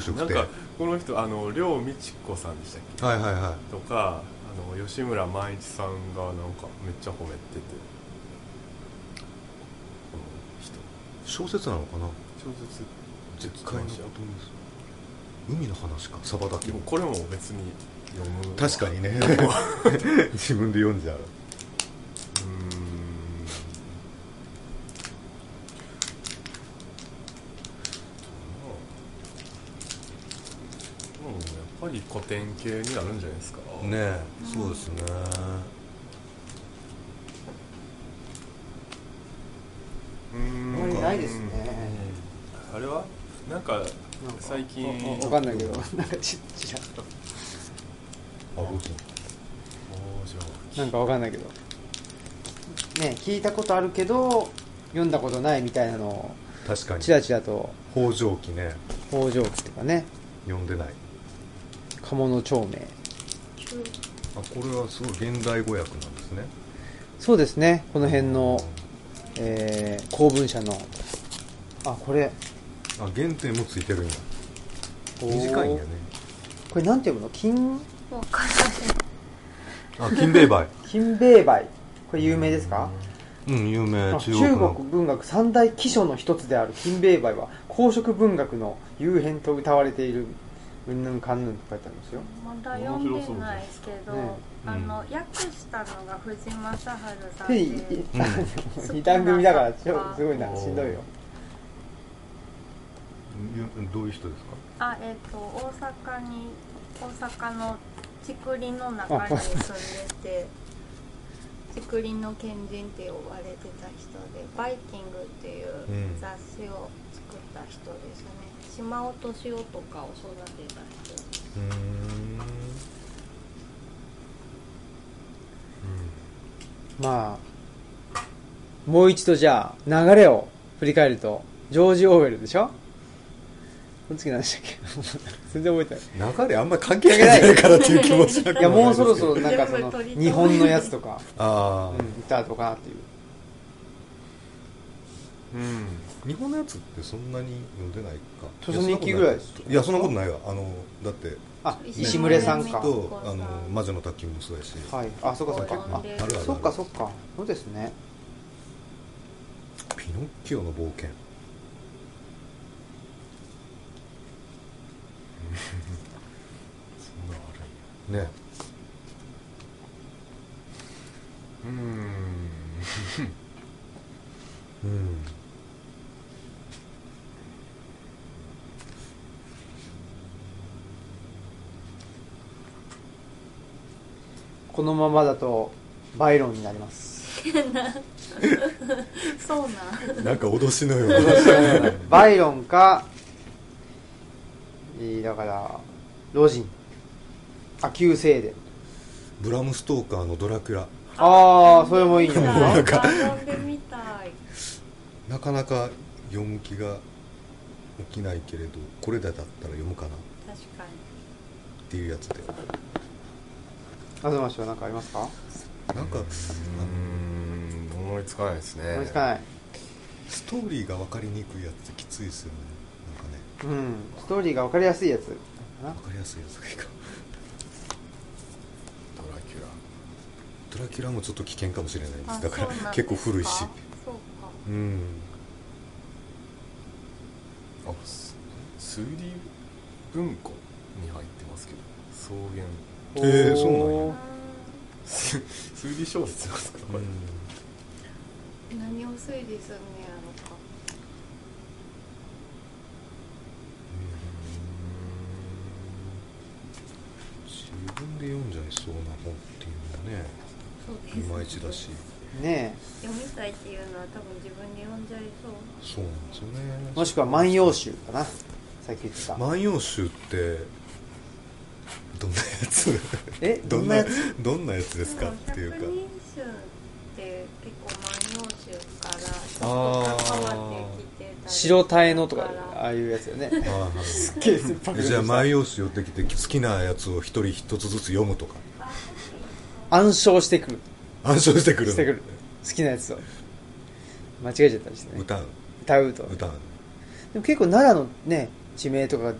[SPEAKER 2] 職
[SPEAKER 5] ーなん
[SPEAKER 2] で
[SPEAKER 5] かこの人あの両美智子さんでしたっけ
[SPEAKER 2] はいはいは
[SPEAKER 5] とかあの吉村万一さんがなんかめっちゃ褒めててこの人
[SPEAKER 2] い小説なのかな
[SPEAKER 5] 小説
[SPEAKER 2] 絶海の孤島です海の話かサバだけ
[SPEAKER 5] でもこれも別に読む
[SPEAKER 2] 確かに ね自分で読んじゃう
[SPEAKER 5] うーんぱり古典系になるんじゃないですか、
[SPEAKER 2] ねえそうですね
[SPEAKER 5] うーん
[SPEAKER 1] あんまりないですね
[SPEAKER 5] あれはなんか
[SPEAKER 1] なんか
[SPEAKER 5] 最近
[SPEAKER 1] わわかんないけどなんかちちらっと
[SPEAKER 2] あ僕
[SPEAKER 5] おじゃ
[SPEAKER 1] なんかわかんないけどね聞いたことあるけど読んだことないみたいなのを
[SPEAKER 2] 確かに
[SPEAKER 1] ちらちらと
[SPEAKER 2] 北条記ね
[SPEAKER 1] 北条記とかね
[SPEAKER 2] 読んでない
[SPEAKER 1] 鴨の長明
[SPEAKER 2] あこれはすごい現代語訳なんですね
[SPEAKER 1] そうですねこの辺の、えー公文社のあこれ
[SPEAKER 2] あ原点もついてるんや短いんやね
[SPEAKER 1] これなんて読むの金
[SPEAKER 3] わかん
[SPEAKER 2] あ金兵衛梅
[SPEAKER 1] 金兵衛梅これ有名ですか
[SPEAKER 2] うん有名
[SPEAKER 1] あ
[SPEAKER 2] 中
[SPEAKER 1] 中
[SPEAKER 2] 国の
[SPEAKER 1] 国文学三大奇書の一つである金兵衛梅は公職文学の雄変と歌われているうんぬんかんぬんって書いてありますよ
[SPEAKER 3] まだ読んでないけど、
[SPEAKER 1] 面
[SPEAKER 2] 白そうじゃん
[SPEAKER 3] あ
[SPEAKER 2] ね
[SPEAKER 3] の訳したのが藤間正治さん
[SPEAKER 1] で
[SPEAKER 3] で
[SPEAKER 1] いい
[SPEAKER 2] うん
[SPEAKER 1] 二段組だからちょすごいな
[SPEAKER 5] おー
[SPEAKER 1] しんどいよ
[SPEAKER 2] ゆどういう人ですか
[SPEAKER 3] あえっ、と大阪に大阪の竹林の中に住んでて竹林の賢人って呼ばれてた人で「バイキング」っていう
[SPEAKER 2] うん
[SPEAKER 3] 雑誌を作った人ですね、島尾敏夫とかを育てた人
[SPEAKER 2] うーん
[SPEAKER 1] まあもう一度じゃあ流れを振り返るとジョージ・オーウェルでしょその次何でしたっけ全然覚えてない
[SPEAKER 2] 流れあんまり関係ないんじゃないからっていう気持ちなく
[SPEAKER 1] いや
[SPEAKER 2] はな
[SPEAKER 1] もう
[SPEAKER 2] で
[SPEAKER 1] そ
[SPEAKER 2] すけど
[SPEAKER 1] ろそろなんかその
[SPEAKER 3] 全部取り
[SPEAKER 1] 日本のやつとか、
[SPEAKER 2] あ
[SPEAKER 1] うん
[SPEAKER 2] あ、、
[SPEAKER 1] 歌とかなっていう
[SPEAKER 5] うん
[SPEAKER 2] 日本のやつってそんなに読んでないか
[SPEAKER 1] 著書日記ぐらいです
[SPEAKER 2] いやそんなことないわあのだって
[SPEAKER 1] あ
[SPEAKER 3] 石
[SPEAKER 1] 石牟礼さん
[SPEAKER 3] 石
[SPEAKER 1] か
[SPEAKER 3] 牟礼
[SPEAKER 2] とあの魔女の宅急もそうやし、
[SPEAKER 1] はいあそっかそっか
[SPEAKER 3] あ
[SPEAKER 1] あ
[SPEAKER 2] あるある
[SPEAKER 1] そっかそっかそうですね
[SPEAKER 2] ピノッキオの冒険
[SPEAKER 5] そんなんあるんや
[SPEAKER 2] ね
[SPEAKER 5] うーん
[SPEAKER 2] うん
[SPEAKER 1] このままだとバイロンになります
[SPEAKER 3] そうなん
[SPEAKER 2] なんか脅しのような
[SPEAKER 1] バイロンかえーだから老人あ旧聖殿
[SPEAKER 2] ブラム・ストーカーの「ドラキュラ
[SPEAKER 1] ああそれもいいんじゃな
[SPEAKER 3] ないんか飲んでみたい」
[SPEAKER 2] なかなか読む気が起きないけれどこれだったら読むかなっ
[SPEAKER 3] 確かに
[SPEAKER 2] ていうやつで
[SPEAKER 1] 東氏は何かありますか
[SPEAKER 2] なんか
[SPEAKER 5] うーん思いつかないですね
[SPEAKER 1] 思いつかない
[SPEAKER 2] ストーリーが分かりにくいやつってきついですよねなんかね
[SPEAKER 1] うんストーリーが分かりやすいやつかな
[SPEAKER 2] 分かりやすいやつがいいか
[SPEAKER 5] ドラキュラ
[SPEAKER 2] ドラキュラもちょっと危険かもしれないで
[SPEAKER 3] あ
[SPEAKER 2] すだから
[SPEAKER 3] そうなんです
[SPEAKER 2] 結構古いし
[SPEAKER 3] そうか
[SPEAKER 2] うん
[SPEAKER 5] あす数理文庫に入ってますけど草原
[SPEAKER 2] えーそうなんや
[SPEAKER 1] おー
[SPEAKER 5] す数理小説なんですかこれ、
[SPEAKER 3] うん何を推理するのやろか
[SPEAKER 2] 自分で読んじゃいそうな本っていうのはね
[SPEAKER 3] そう
[SPEAKER 2] い
[SPEAKER 3] です
[SPEAKER 2] まいちだし
[SPEAKER 1] ね
[SPEAKER 3] 読みたいっていうのは多分自分で読んじゃいそ
[SPEAKER 2] そ
[SPEAKER 3] う
[SPEAKER 2] うなんですよね
[SPEAKER 1] えもしくは「万葉集」かなさっき言ってた、
[SPEAKER 2] 万葉集ってどんなや つ
[SPEAKER 1] え
[SPEAKER 2] ど
[SPEAKER 1] ど
[SPEAKER 2] ん
[SPEAKER 1] ん
[SPEAKER 2] な
[SPEAKER 1] な
[SPEAKER 2] や
[SPEAKER 1] や
[SPEAKER 2] つ
[SPEAKER 1] つ
[SPEAKER 2] どんなやつですかっていうか
[SPEAKER 3] 百人衆って結構万葉集からちょっと関わってきてたり
[SPEAKER 1] 白鯛のとかあ
[SPEAKER 3] ら
[SPEAKER 1] あいうやつよね
[SPEAKER 2] あ
[SPEAKER 1] すっげえ酸っぱくな
[SPEAKER 2] あ
[SPEAKER 1] ってき
[SPEAKER 2] じ
[SPEAKER 1] た
[SPEAKER 2] ゃあ万葉集寄ってきて好きなやつを一人一つずつ読むとか
[SPEAKER 1] 暗唱してくる
[SPEAKER 2] 暗唱してくるの
[SPEAKER 1] してくる好きなやつを間違えちゃったりしてね
[SPEAKER 2] 歌う
[SPEAKER 1] 歌うと
[SPEAKER 2] 歌う
[SPEAKER 1] でも結構奈良のね地名とかが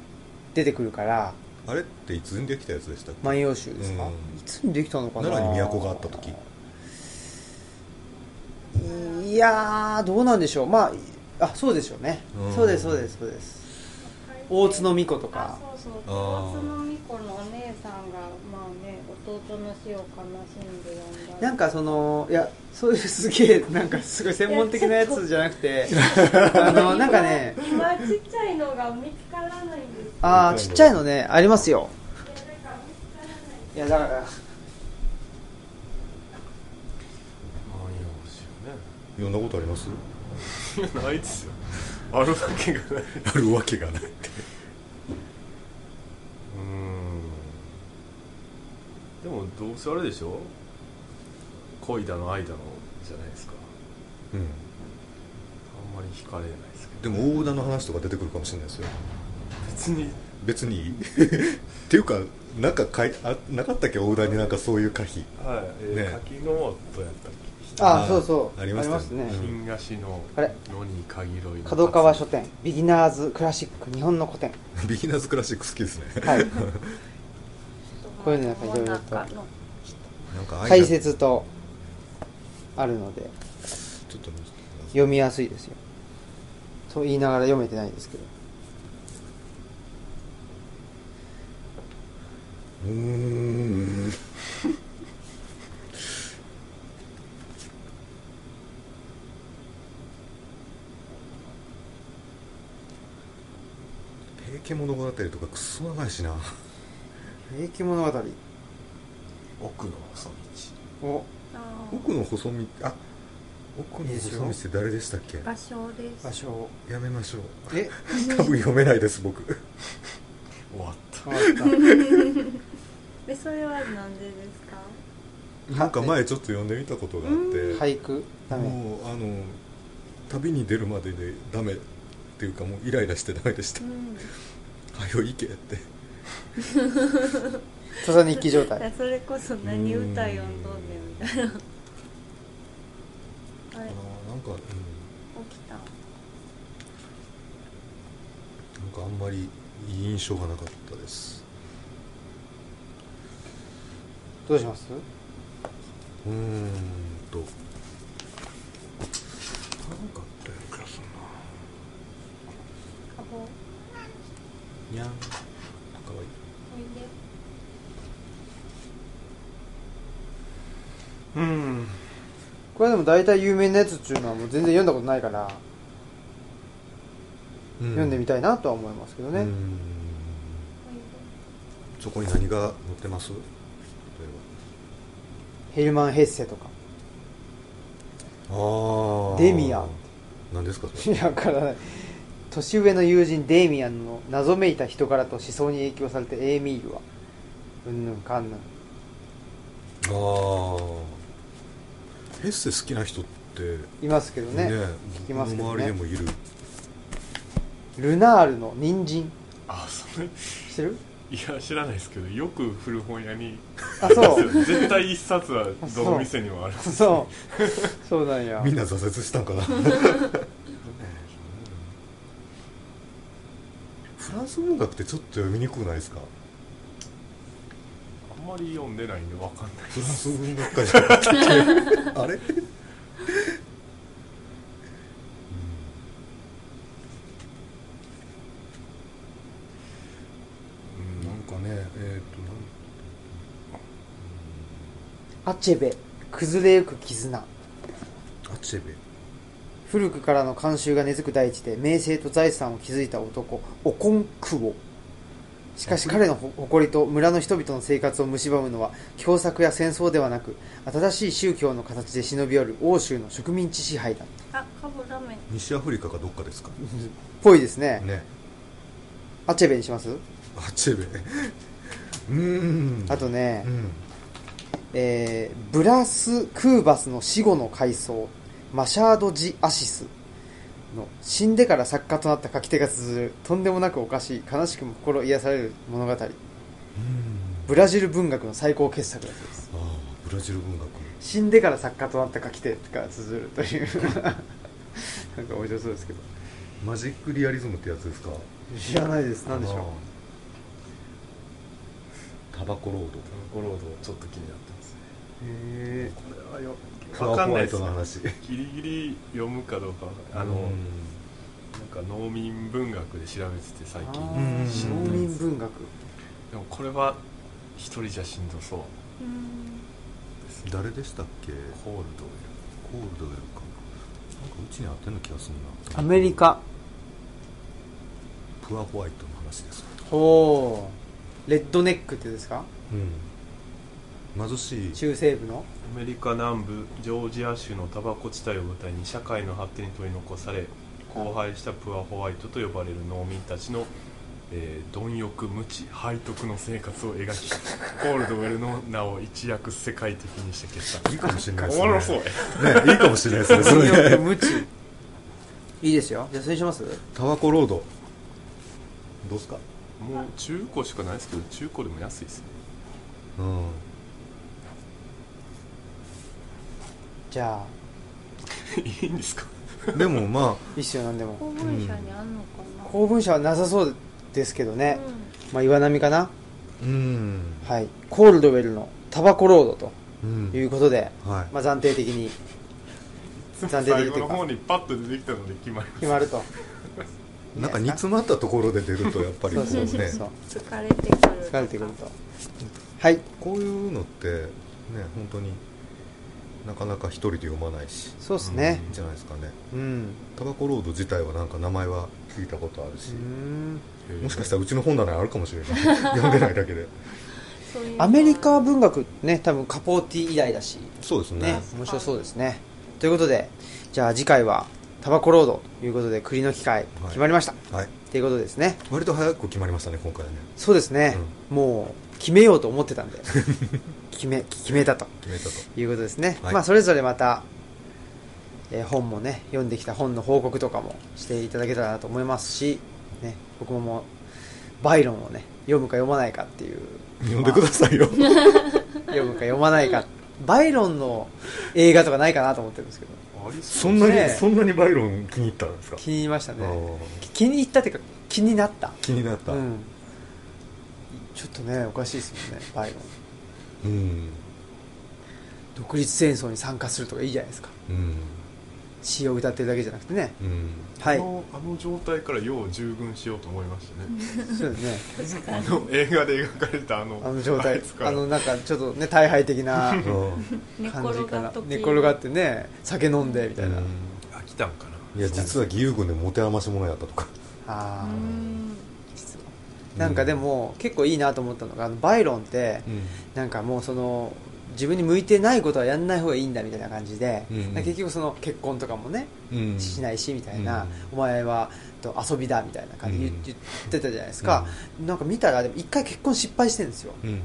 [SPEAKER 1] 出てくるから
[SPEAKER 2] あれっていつにできたやつでしたっけ
[SPEAKER 1] 万葉集ですか、
[SPEAKER 2] うん
[SPEAKER 1] いつにできたのかな
[SPEAKER 2] 奈良に都があった時
[SPEAKER 1] いやーどうなんでしょうまああそうでしょうね、
[SPEAKER 2] うん
[SPEAKER 1] そうですそうですそうです大津の巫女とか
[SPEAKER 3] あそうそう
[SPEAKER 2] あ
[SPEAKER 3] 大
[SPEAKER 2] ー
[SPEAKER 3] 津の巫女のお姉さんがまあね弟の死を悲しんで読んだり
[SPEAKER 1] なんかそのいやそういうすげえなんかすごい専門的なやつじゃなく てあのなんかね
[SPEAKER 3] 今今ちっちゃいのが見つからないんです
[SPEAKER 1] ああちっちゃいのねありますよ
[SPEAKER 3] で
[SPEAKER 1] いやだから
[SPEAKER 5] 何が欲し
[SPEAKER 2] 読んだことあります
[SPEAKER 5] いよねないですよあるわけがない
[SPEAKER 2] あるわけがないって
[SPEAKER 5] うーんでもどうせあれでしょ恋だの愛だのじゃないですか
[SPEAKER 2] うん
[SPEAKER 5] あんまり惹かれないですけ
[SPEAKER 2] で
[SPEAKER 5] ど
[SPEAKER 2] も大田の話とか出てくるかもしれないですよ
[SPEAKER 5] 別に
[SPEAKER 2] 別にいい っていうかなんかかいあなかったっけ大田になんかそういう可否
[SPEAKER 5] はい、えー
[SPEAKER 2] ね
[SPEAKER 5] 柿の音やったっ
[SPEAKER 1] あ
[SPEAKER 2] あー
[SPEAKER 1] そうそう
[SPEAKER 2] ありましたよ
[SPEAKER 5] け
[SPEAKER 1] ね
[SPEAKER 2] うん
[SPEAKER 5] 金菓子の
[SPEAKER 1] あれ
[SPEAKER 5] 野に限ろいの
[SPEAKER 1] 角川書店ビギナーズクラシック日本の古典
[SPEAKER 2] ビギナーズクラシック好きですね
[SPEAKER 1] はいこ
[SPEAKER 3] こ
[SPEAKER 1] う
[SPEAKER 3] う
[SPEAKER 1] い
[SPEAKER 3] いうう
[SPEAKER 1] の
[SPEAKER 3] の
[SPEAKER 1] や
[SPEAKER 3] や
[SPEAKER 1] っ
[SPEAKER 3] っ
[SPEAKER 1] ぱ
[SPEAKER 3] ぱ
[SPEAKER 1] い
[SPEAKER 3] い
[SPEAKER 1] ろい
[SPEAKER 3] ろい
[SPEAKER 1] ろと
[SPEAKER 3] ろと
[SPEAKER 2] なんか愛が
[SPEAKER 1] 解説とあるので
[SPEAKER 2] ちょっとね
[SPEAKER 1] 読みやすいですよそう言いながら読めてないですけど
[SPEAKER 2] うーん平家物語とかくそ長いしな
[SPEAKER 1] 「平家物語
[SPEAKER 5] 奥の細道」
[SPEAKER 1] を
[SPEAKER 2] 奥の細道あ奥の細道って誰でしたっけ
[SPEAKER 3] 場所です
[SPEAKER 1] 場所を
[SPEAKER 2] やめましょう
[SPEAKER 1] え
[SPEAKER 2] 多分読めないです僕
[SPEAKER 5] 終わった
[SPEAKER 1] わかっ
[SPEAKER 3] えそれはなんでですか
[SPEAKER 1] た
[SPEAKER 2] なんか前ちょっと読んでみたことがあって、
[SPEAKER 1] 俳句ダメ
[SPEAKER 2] もうあの旅に出るまででダメっていうかもうイライラしてダメでした
[SPEAKER 3] うん
[SPEAKER 2] 「はよ行け」って
[SPEAKER 1] 土佐日記状
[SPEAKER 3] だから
[SPEAKER 1] 態
[SPEAKER 3] それこそ何歌読んどんねんみたいなあ
[SPEAKER 2] あーなんか、うん、
[SPEAKER 3] れ起きた
[SPEAKER 2] なんかあんまりいい印象がなかったです
[SPEAKER 1] どうします
[SPEAKER 2] うーんとなんかあったような気がする
[SPEAKER 3] カゴおい
[SPEAKER 2] なにゃんかわいい
[SPEAKER 3] で
[SPEAKER 5] うん
[SPEAKER 1] これでも大体有名なやつっていうのはもう全然読んだことないから、読んでみ
[SPEAKER 2] た
[SPEAKER 1] たいなとは思いますけどね、
[SPEAKER 2] うん
[SPEAKER 3] おいで
[SPEAKER 2] そこに何が載ってます例え
[SPEAKER 1] ヘルマン・ヘッセとか
[SPEAKER 2] ばああ
[SPEAKER 1] デミアン
[SPEAKER 2] 何ですかそ
[SPEAKER 1] い
[SPEAKER 2] れ
[SPEAKER 1] やわからない年上の友人デイミアンの謎めいた人柄と思想に影響されてエーミールはうんぬんかんぬん
[SPEAKER 2] ああヘッセ好きな人って
[SPEAKER 1] いますけどね
[SPEAKER 2] ね
[SPEAKER 1] 聞きますけど
[SPEAKER 2] 僕の周りで
[SPEAKER 1] ね
[SPEAKER 2] もいる
[SPEAKER 1] ルナールの人参
[SPEAKER 5] あそれ
[SPEAKER 1] 知ってる
[SPEAKER 5] いや知らないですけどよく古本屋に
[SPEAKER 1] あそ う
[SPEAKER 5] 絶対一冊はどの店にもある
[SPEAKER 1] そうそうなんや
[SPEAKER 2] みんな挫折したん かなフランス文学ってちょっと読みにくくないですか
[SPEAKER 5] あんまり読んでないんでわかんない
[SPEAKER 2] フランス文学家じゃ なくてあれ
[SPEAKER 5] うん
[SPEAKER 2] なんかねえ
[SPEAKER 1] アチェベ崩れゆく絆
[SPEAKER 2] っとアチェベ
[SPEAKER 1] 古くからの慣習が根付く大地で名声と財産を築いた男オコンクオしかし彼の誇りと村の人々の生活を蝕むのは凶作や戦争ではなく新しい宗教の形で忍び寄る欧州の植民地支配だっ
[SPEAKER 3] あカゴラーメン
[SPEAKER 2] 西アフリカかどっかですか
[SPEAKER 1] ぽいですね
[SPEAKER 2] ね
[SPEAKER 1] アチェベにします
[SPEAKER 2] アチェベうーん
[SPEAKER 1] あとね、
[SPEAKER 2] うん
[SPEAKER 1] えーブラス・クーバスの死後の回想マシャード・ジ・アシスの死んでから作家となった書き手が綴るとんでもなくおかしい悲しくも心癒される物語ブラジル文学の最高傑作だそうです
[SPEAKER 2] ああブラジル文学
[SPEAKER 1] 死んでから作家となった書き手が綴るというなんか面白そうですけど
[SPEAKER 2] マジックリアリズムってやつですか
[SPEAKER 1] 知らないです何でしょ
[SPEAKER 2] うタバコロード
[SPEAKER 5] ゴロードちょっと気になってますね
[SPEAKER 1] うへえ
[SPEAKER 5] これはよ
[SPEAKER 2] フラ
[SPEAKER 5] わ
[SPEAKER 2] ワ
[SPEAKER 5] か
[SPEAKER 2] ー
[SPEAKER 5] ん
[SPEAKER 2] ホ
[SPEAKER 5] な
[SPEAKER 2] ワ
[SPEAKER 5] い
[SPEAKER 2] イ
[SPEAKER 5] です
[SPEAKER 2] ト
[SPEAKER 5] ね
[SPEAKER 2] の話
[SPEAKER 5] ギリギリ読むかどうかあの、なんか農民文学で調べてて最近
[SPEAKER 1] 農民文学
[SPEAKER 5] でもこれは一人じゃしんどそう
[SPEAKER 3] うん
[SPEAKER 5] ですね
[SPEAKER 2] 誰でしたっけ
[SPEAKER 5] コールド
[SPEAKER 2] コールドウェルかなんかうちに合ってんの気がするな
[SPEAKER 1] アメリカ
[SPEAKER 2] プアホワイトの話です
[SPEAKER 1] ほうレッドネックってですか
[SPEAKER 2] うん貧しい
[SPEAKER 1] 中西部の
[SPEAKER 5] アメリカ南部ジョージア州のタバコ地帯を舞台に社会の発展に取り残され荒廃したプアホワイトと呼ばれる農民たちの、えー貪欲無知背徳の生活を描きコールドウェルの名を一躍世界的にして消した
[SPEAKER 2] いいかもしれないです
[SPEAKER 5] お
[SPEAKER 2] ね
[SPEAKER 5] もろそうや
[SPEAKER 2] ねいいかもしれないですねそれね
[SPEAKER 1] 無知いいですよじゃあそれにします
[SPEAKER 2] タバコロードどうっすか
[SPEAKER 5] もう中古しかないですけど中古でも安いですね
[SPEAKER 2] うん
[SPEAKER 1] じゃあ
[SPEAKER 5] いいんですか
[SPEAKER 2] でもま
[SPEAKER 1] いいっすよ何でも
[SPEAKER 3] 公文社にあんのかな、
[SPEAKER 1] 公文書はなさそうですけどね、
[SPEAKER 3] うん
[SPEAKER 1] まあ岩波かな
[SPEAKER 2] あうん
[SPEAKER 1] はいコールドウェルのタバコロード
[SPEAKER 2] う
[SPEAKER 1] とい
[SPEAKER 2] ん
[SPEAKER 1] うことで、
[SPEAKER 2] はい
[SPEAKER 1] まあ暫定的に暫定
[SPEAKER 5] 最
[SPEAKER 1] 的と
[SPEAKER 5] 後
[SPEAKER 1] い
[SPEAKER 5] の
[SPEAKER 1] うか
[SPEAKER 5] 方にパッと出てきたので決まりま
[SPEAKER 1] 決まると
[SPEAKER 2] なんか煮詰まったところで出るとやっぱり
[SPEAKER 1] そ
[SPEAKER 2] こ
[SPEAKER 1] う
[SPEAKER 2] う
[SPEAKER 1] そうそう
[SPEAKER 2] ね
[SPEAKER 1] そう
[SPEAKER 3] 疲れてくる
[SPEAKER 1] 疲れてくるとはい
[SPEAKER 2] こういうのってね本当になかなか一人で読まないし
[SPEAKER 1] そうですね
[SPEAKER 2] じゃないですかね
[SPEAKER 1] うん
[SPEAKER 2] タバコロード自体はなんか名前は聞いたことある
[SPEAKER 1] う
[SPEAKER 2] し、
[SPEAKER 1] ん
[SPEAKER 5] す
[SPEAKER 2] もしかしたらうちの本棚にあるかもしれな い読んでないだけで
[SPEAKER 3] そういうの
[SPEAKER 1] アメリカ文学ね多分カポーティ以来だし
[SPEAKER 2] そうですね
[SPEAKER 1] ね面白そうですねということでじゃあ次回はタバコロードということで栗の機会
[SPEAKER 2] はい
[SPEAKER 1] 決まりました、
[SPEAKER 2] はい
[SPEAKER 1] っていうことですね
[SPEAKER 2] 割と早く決まりましたね今回はね
[SPEAKER 1] そうですね、もう決めようと思ってたんで決め決めたと
[SPEAKER 2] 決めたと
[SPEAKER 1] いうことですね、
[SPEAKER 2] はい
[SPEAKER 1] まあそれぞれまた、えー本もね読んできた本の報告とかもしていただけたらなと思いますし、ね、僕ももうバイロンをね読むか読まないかっていう
[SPEAKER 2] 読んでくださいよ
[SPEAKER 1] 読むか読まないかバイロンの映画とかないかなと思ってるんですけど
[SPEAKER 5] ありそ
[SPEAKER 2] そう
[SPEAKER 5] で
[SPEAKER 2] んなに、
[SPEAKER 1] ね
[SPEAKER 2] そんなにバイロン気に入ったんですか
[SPEAKER 1] 気に入りました
[SPEAKER 2] あ
[SPEAKER 1] ね
[SPEAKER 2] ー
[SPEAKER 1] 気に入ったっていうか気になった
[SPEAKER 2] 気になった
[SPEAKER 1] う
[SPEAKER 2] うん、
[SPEAKER 1] んちょっとねおかしいですもんねバイロン
[SPEAKER 2] うん
[SPEAKER 1] 独立戦争に参加するとかいいじゃないですか
[SPEAKER 2] うん
[SPEAKER 1] 詩を歌ってるだけじゃなくてねはい
[SPEAKER 5] すあのあの状態からよう従軍しようと思いましたね
[SPEAKER 1] そうですね
[SPEAKER 5] あの映画で描かれたあの
[SPEAKER 1] あの状態
[SPEAKER 5] いつから
[SPEAKER 1] あのなんかちょっとね大敗 的な
[SPEAKER 2] あー
[SPEAKER 3] 寝
[SPEAKER 1] 感じ
[SPEAKER 3] 転
[SPEAKER 1] か
[SPEAKER 3] が
[SPEAKER 1] な
[SPEAKER 3] っとき
[SPEAKER 1] 寝転がってね酒飲んでみたいな、
[SPEAKER 2] うん
[SPEAKER 5] 飽きたんかない
[SPEAKER 2] や実は義勇軍で持て余し者やったとか
[SPEAKER 3] う
[SPEAKER 1] あ
[SPEAKER 3] ん
[SPEAKER 1] あなんかでも結構いいなと思ったのがあのバイロンってなんかもうその自分に向いてないことはやんない方がいいんだみたいな感じで、
[SPEAKER 2] うんうん
[SPEAKER 1] なんか結局その結婚とかもね
[SPEAKER 2] うん、うん、
[SPEAKER 1] しないいしみたいな、
[SPEAKER 2] うん
[SPEAKER 1] お前はと遊びだみたいな感じで言,、
[SPEAKER 2] うん
[SPEAKER 1] 言ってたじゃないですか、なんか見たらでも一回結婚失敗してるんですよ
[SPEAKER 2] うんうん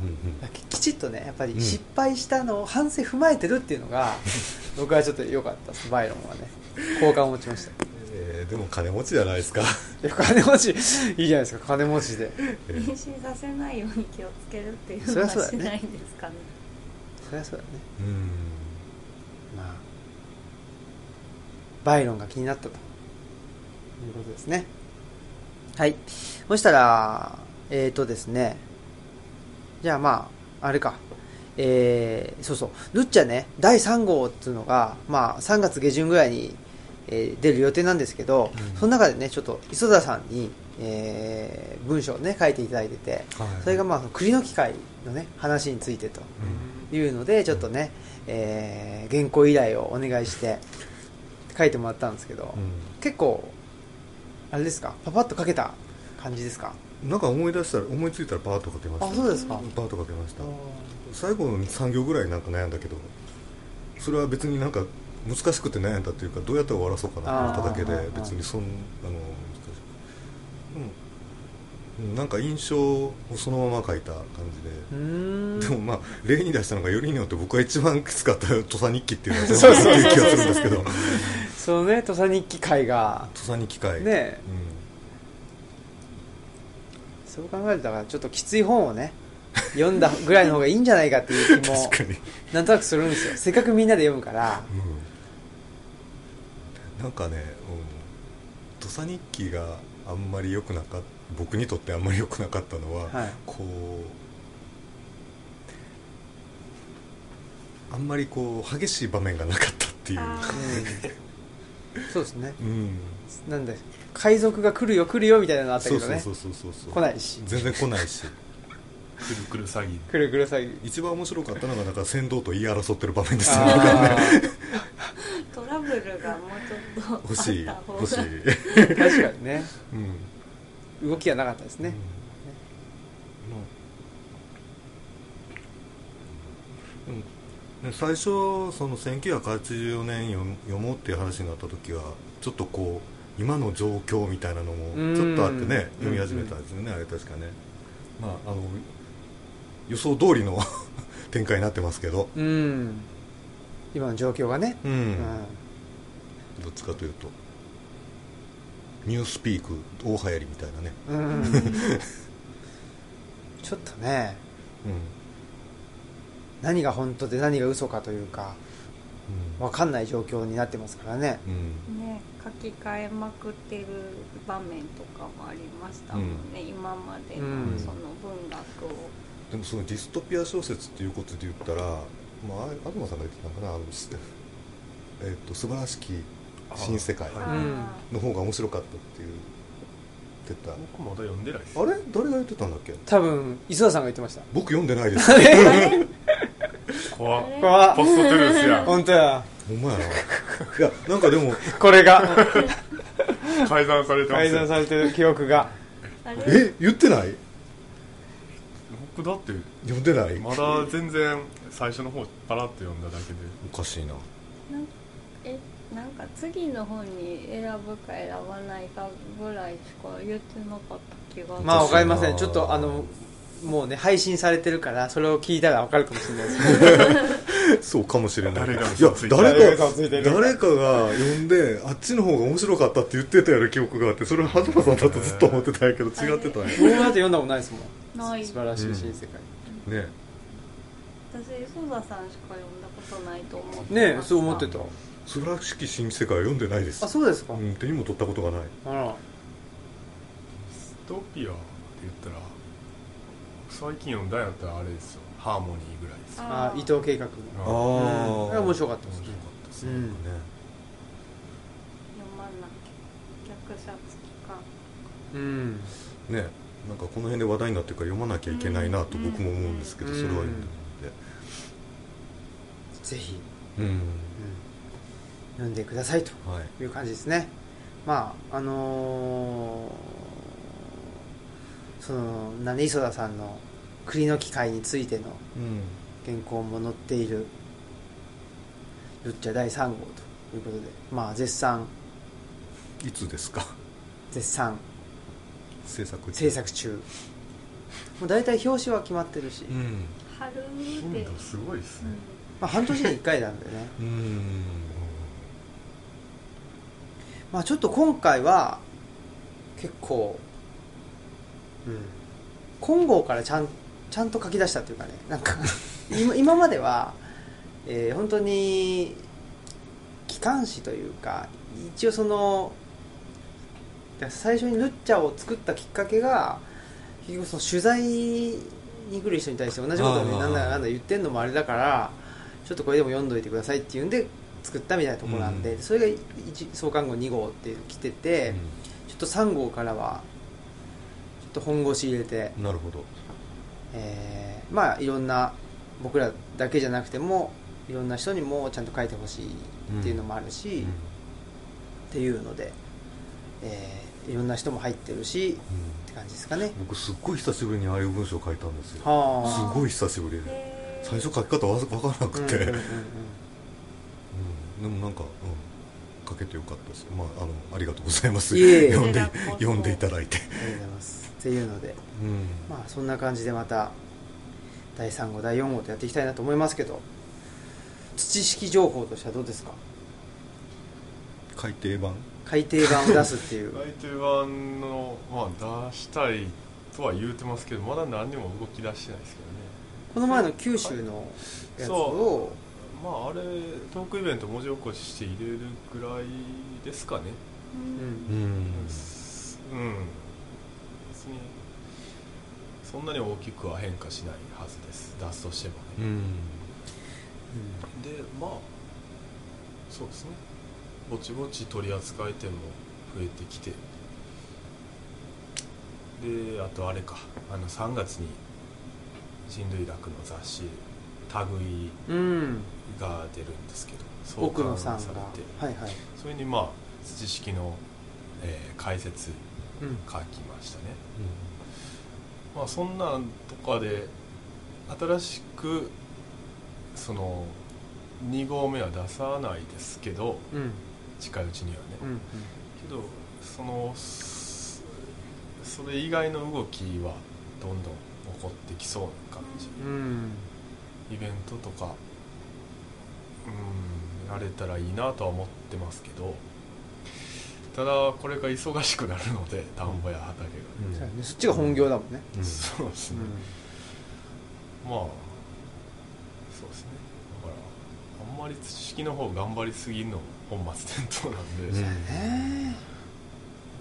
[SPEAKER 1] ききちっとねやっぱり
[SPEAKER 2] うん
[SPEAKER 1] 失敗したのを反省踏まえてるっていうの が、僕はちょっと良かったですバイロンはね好感を持ちました
[SPEAKER 2] うんえーでも金持ちじゃないですか
[SPEAKER 1] いや金持ちいいじゃないですか金持ちで
[SPEAKER 3] 妊娠させないように気をつけるっていう
[SPEAKER 1] そ
[SPEAKER 3] の
[SPEAKER 1] り
[SPEAKER 3] は
[SPEAKER 1] ゃそうだ
[SPEAKER 3] し
[SPEAKER 1] ね
[SPEAKER 3] ないんですかね
[SPEAKER 1] そりゃそうだね
[SPEAKER 2] うん
[SPEAKER 1] まあバイロンが気になったということですねはいそしたらえっ、ー、とですねじゃあまああれかえー、そうそうルッチャね第3号っていうのが、まあ、3月下旬ぐらいに、えー出る予定なんですけど、
[SPEAKER 2] うん
[SPEAKER 1] その中でねちょっと磯田さんに、えー文章をね書いていただいてて
[SPEAKER 2] はい
[SPEAKER 1] それがまあ栗の機会のね話についてというのでちょっとね、えー原稿依頼をお願いして書いてもらったんですけど、
[SPEAKER 2] う
[SPEAKER 1] 結構あれですかパパッと書けた感じですか
[SPEAKER 2] ん、なんか思い出したら思いついたらパーッとかけました
[SPEAKER 1] あそうですか
[SPEAKER 2] パーッとかけました最後の3行ぐらいなんか悩んだけどそれは別になんか難しくて悩んだというかどうやって終わらそうかなと思っただけ
[SPEAKER 1] あー
[SPEAKER 2] で別にそんあの難しいうんなんか印象をそのまま書いた感じで
[SPEAKER 1] うーん
[SPEAKER 2] でもまあ例に出したのがよりによって僕が一番きつかった土佐日記っていうのは
[SPEAKER 1] そうそう
[SPEAKER 2] そういう気がするんですけど土
[SPEAKER 1] そのね土佐日記会が
[SPEAKER 2] 佐日記会
[SPEAKER 1] ね
[SPEAKER 2] う
[SPEAKER 1] そう考えるとだからちょっときつい本をね読んだぐらいの方がいいんじゃないかっていう気
[SPEAKER 2] ん
[SPEAKER 1] も
[SPEAKER 2] 確かに、
[SPEAKER 1] なんとなくするんですよせっかくみんなで読むから
[SPEAKER 2] うん、なんかね、うん、土佐日記があんまり良くなかった僕にとってあんまり良くなかったのは、
[SPEAKER 1] はい
[SPEAKER 2] こうあんまりこう激しい場面がなかったっていう
[SPEAKER 3] あー
[SPEAKER 1] うんそうですね
[SPEAKER 2] うん
[SPEAKER 1] なんで海賊が来るよ来るよみたいなのあったけど
[SPEAKER 2] そうそう
[SPEAKER 1] ね
[SPEAKER 2] そうそうそうそう
[SPEAKER 1] 来ないし
[SPEAKER 2] 全然来ないし
[SPEAKER 5] くるくる詐欺
[SPEAKER 1] くるくる詐欺
[SPEAKER 2] 一番面白かったのがだから船頭と言い争ってる場面ですよね
[SPEAKER 1] あ
[SPEAKER 3] トラブルがもうちょっとあった方が
[SPEAKER 2] 欲しい欲しい、
[SPEAKER 1] ー確かにね
[SPEAKER 2] うん、
[SPEAKER 1] 動きがなかったですね、
[SPEAKER 2] うん、まあで最初その1984年よ読もうっていう話になった時はちょっとこう今の状況みたいなのも
[SPEAKER 1] うん
[SPEAKER 2] ちょっとあってね読み始めたんですよねあれ確かねまああの予想通りの 展開になってますけど
[SPEAKER 1] うん今の状況がね、
[SPEAKER 2] うん、
[SPEAKER 1] うん
[SPEAKER 2] どっちかというとニュースピーク大流行りみたいなね、
[SPEAKER 1] うん、ちょっとね
[SPEAKER 2] うん
[SPEAKER 1] 何が本当で何が嘘かというか
[SPEAKER 2] うん
[SPEAKER 1] 分かんない状況になってますからね
[SPEAKER 2] うん
[SPEAKER 3] ね書き換えまくってる場面とかもありましたもんね、今まで
[SPEAKER 1] う
[SPEAKER 3] の
[SPEAKER 1] ん
[SPEAKER 3] その文学を、
[SPEAKER 2] でもそのディストピア小説っていうことで言ったら、まあ、あ東さんが言ってたのかなあの、す えっと素晴らしき新世界
[SPEAKER 5] はい
[SPEAKER 1] うん
[SPEAKER 3] あ
[SPEAKER 2] の方が面白かったっていう言ってた
[SPEAKER 5] 僕まだ読んでないです
[SPEAKER 2] あれ誰が言ってたんだっけ
[SPEAKER 1] 多分磯田さんが言ってました
[SPEAKER 2] 僕読んで ないです
[SPEAKER 5] 怖っ
[SPEAKER 3] あ
[SPEAKER 1] わ
[SPEAKER 5] ポストトゥルース や
[SPEAKER 1] 本当や
[SPEAKER 2] ほんまやないやなんかでも
[SPEAKER 1] これが
[SPEAKER 5] 改ざんされてま
[SPEAKER 1] 改
[SPEAKER 5] す
[SPEAKER 1] ざん
[SPEAKER 5] よ
[SPEAKER 1] されてる記憶が
[SPEAKER 3] あれ
[SPEAKER 2] え言ってない
[SPEAKER 5] 僕だって
[SPEAKER 2] 読んでない
[SPEAKER 5] まだ全然最初の方パラッと読んだだけで
[SPEAKER 2] おかしいな
[SPEAKER 3] なんえなんか次の本に選ぶか選ばないかぐらいしか言ってなかった気が
[SPEAKER 1] まあ
[SPEAKER 2] お
[SPEAKER 1] わ
[SPEAKER 2] か
[SPEAKER 1] か
[SPEAKER 2] しい
[SPEAKER 1] り
[SPEAKER 2] な
[SPEAKER 1] ませんちょっとあのもうね配信されてるからそれを聞いたらわかるかもしれないですけど
[SPEAKER 2] そうかもしれない
[SPEAKER 5] 誰が
[SPEAKER 2] いや
[SPEAKER 5] 嘘ついてる
[SPEAKER 2] 誰か
[SPEAKER 1] 誰が嘘ついてる
[SPEAKER 2] 誰かが読んであっちの方が面白かったって言ってたような記憶があってそれは東さんだとずっと思ってたんやけど違ってたん
[SPEAKER 1] 僕だっ
[SPEAKER 2] や
[SPEAKER 1] て読んだことないですもん
[SPEAKER 3] ない
[SPEAKER 1] 素晴らしい新世界、
[SPEAKER 2] ね
[SPEAKER 3] 私ソザさんしか読んだことないと思って
[SPEAKER 1] ねえ
[SPEAKER 3] ました
[SPEAKER 1] そう思ってた
[SPEAKER 2] 素晴らしき新世界は読んでないです
[SPEAKER 1] あそうですか、
[SPEAKER 2] うん、手にも取ったことがない
[SPEAKER 1] あら
[SPEAKER 5] ディストピアって言ったら最近読んだんやったらあれですよハーモニーぐらいですよ
[SPEAKER 1] あ
[SPEAKER 3] あー
[SPEAKER 1] 伊藤計画の
[SPEAKER 5] あ
[SPEAKER 2] あー
[SPEAKER 1] うんあれ面白かったで
[SPEAKER 5] 面
[SPEAKER 1] す
[SPEAKER 5] 白
[SPEAKER 1] ね
[SPEAKER 5] かったです
[SPEAKER 1] う
[SPEAKER 5] ね、
[SPEAKER 1] ん
[SPEAKER 2] ね
[SPEAKER 3] 読まなきゃ逆者付きか
[SPEAKER 1] うん
[SPEAKER 2] ねなんかこの辺で話題になってるから読まなきゃいけないなと
[SPEAKER 3] うん
[SPEAKER 2] 僕も思うんですけど、
[SPEAKER 1] うん
[SPEAKER 2] それは読んで
[SPEAKER 1] ぜひ、
[SPEAKER 2] ないんで
[SPEAKER 1] うん、読んでくださいと
[SPEAKER 2] うん、はい
[SPEAKER 1] いう感じですねまああのーそのなんで磯田さんの栗の機会についての
[SPEAKER 2] うん
[SPEAKER 1] 原稿も載っている「よっちゃ第3号」ということでまあ絶賛
[SPEAKER 2] いつですか
[SPEAKER 1] 絶賛
[SPEAKER 2] 制作
[SPEAKER 1] 制作中もう大体表紙は決まってるし、
[SPEAKER 2] う
[SPEAKER 1] ま
[SPEAKER 2] ん
[SPEAKER 3] 春
[SPEAKER 5] 頻
[SPEAKER 3] で
[SPEAKER 5] 度すごいですね、
[SPEAKER 1] あ、半年に1回なんでね
[SPEAKER 2] うん
[SPEAKER 1] まあちょっと今回は結構、うん、金剛からちゃんちゃんと書き出したというかねなんか今今までは、えー本当に機関誌というか一応その最初にルッチャを作ったきっかけが結局その取材に来る人に対して同じことをね
[SPEAKER 2] あー
[SPEAKER 1] なんだなんだ言ってんのもあれだからちょっとこれでも読んどいてくださいっていうんで作ったみたいなところなんで、
[SPEAKER 2] うん
[SPEAKER 1] それが一創刊号2号って来てて、ちょっと3号からはちょっと本腰入れて、
[SPEAKER 2] うんなるほど
[SPEAKER 1] えーまあいろんな僕らだけじゃなくてもいろんな人にもちゃんと書いてほしいっていうのもあるし、っていうので、えーいろんな人も入ってるしって感じですかね。
[SPEAKER 2] 僕すっごい久しぶりにああいう文章書いたんですよ
[SPEAKER 1] は
[SPEAKER 2] す
[SPEAKER 1] あ
[SPEAKER 2] ごい久しぶりで
[SPEAKER 3] で
[SPEAKER 2] 最初書き方わ分からなくて、
[SPEAKER 1] うんうんうんうん
[SPEAKER 2] うん、でもなんか、うん、かけてよかったです、まあ、あのありがとうございます
[SPEAKER 1] い えいえ
[SPEAKER 2] 読んで
[SPEAKER 3] こちらこそ
[SPEAKER 2] 読んでいただいて、
[SPEAKER 1] ありがとうございますっていうので、
[SPEAKER 2] うん
[SPEAKER 1] まあ、そんな感じでまた第3号第4号とやっていきたいなと思いますけど土式情報としてはどうですか
[SPEAKER 2] 改訂版
[SPEAKER 1] 改訂版を出すっていう
[SPEAKER 5] 内定版の、まあ、出したいとは言うてますけどまだ何にも動き出してないですけどね
[SPEAKER 1] この前の九州のやつを
[SPEAKER 5] まああれトークイベント文字起こしして入れるぐらいですかね
[SPEAKER 3] う
[SPEAKER 1] うんん
[SPEAKER 2] ん
[SPEAKER 5] すうん別にそんなに大きくは変化しないはずです出すとしても
[SPEAKER 2] う
[SPEAKER 5] ね、
[SPEAKER 2] ん
[SPEAKER 5] でまあそうですねぼちぼち取り扱い店も増えてきてであとあれかあの3月に人類学の雑誌「類
[SPEAKER 1] うん、うん、
[SPEAKER 5] が出るんですけど創
[SPEAKER 1] 奥野
[SPEAKER 5] 刊
[SPEAKER 1] さ
[SPEAKER 5] さ
[SPEAKER 1] んが
[SPEAKER 5] れて
[SPEAKER 1] はいはい、
[SPEAKER 5] それにまあ土式の、えー解説
[SPEAKER 1] うん
[SPEAKER 5] 書きましたねまあそんなんとかで新しくその2合目は出さないですけど
[SPEAKER 1] うん
[SPEAKER 5] 近いうちにはね、
[SPEAKER 1] うんうん
[SPEAKER 5] けどそのそそれ以外の動きはどんどん起こってきそうな感じ
[SPEAKER 1] うん
[SPEAKER 5] イベントとかうんやれたらいいなとは思ってますけどただこれが忙しくなるので田んぼや畑が、
[SPEAKER 2] うん
[SPEAKER 1] そうやねそっちが本業だもんね、
[SPEAKER 2] うん
[SPEAKER 5] そうですね、まあそうですねだからあんまり知識の方頑張りすぎるの本末転倒なんで、
[SPEAKER 2] うん
[SPEAKER 1] ね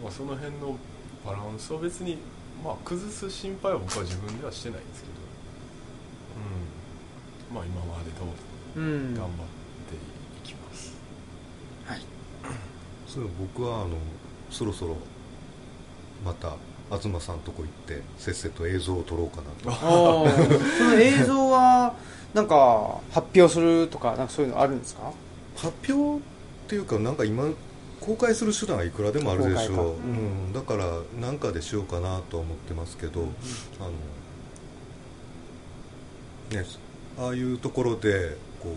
[SPEAKER 5] まあ、その辺のバランスを別に、まあ、崩す心配は僕は自分ではしてないんですけど、うん、まあ今まで通り
[SPEAKER 1] えうん
[SPEAKER 5] 頑張っていきます、
[SPEAKER 1] はい
[SPEAKER 2] そういえば僕はあのそろそろまた東さんとこ行ってせっせと映像を撮ろうかなと
[SPEAKER 1] おーその映像はなんか発表するとかなんかそういうのあるんですか
[SPEAKER 2] 発表っていうかなんか今公開する手段はいくらでもあるでし
[SPEAKER 1] 公開か
[SPEAKER 2] ょう、うん、だから何かでしようかなとは思ってますけど、あのねああいうところでこ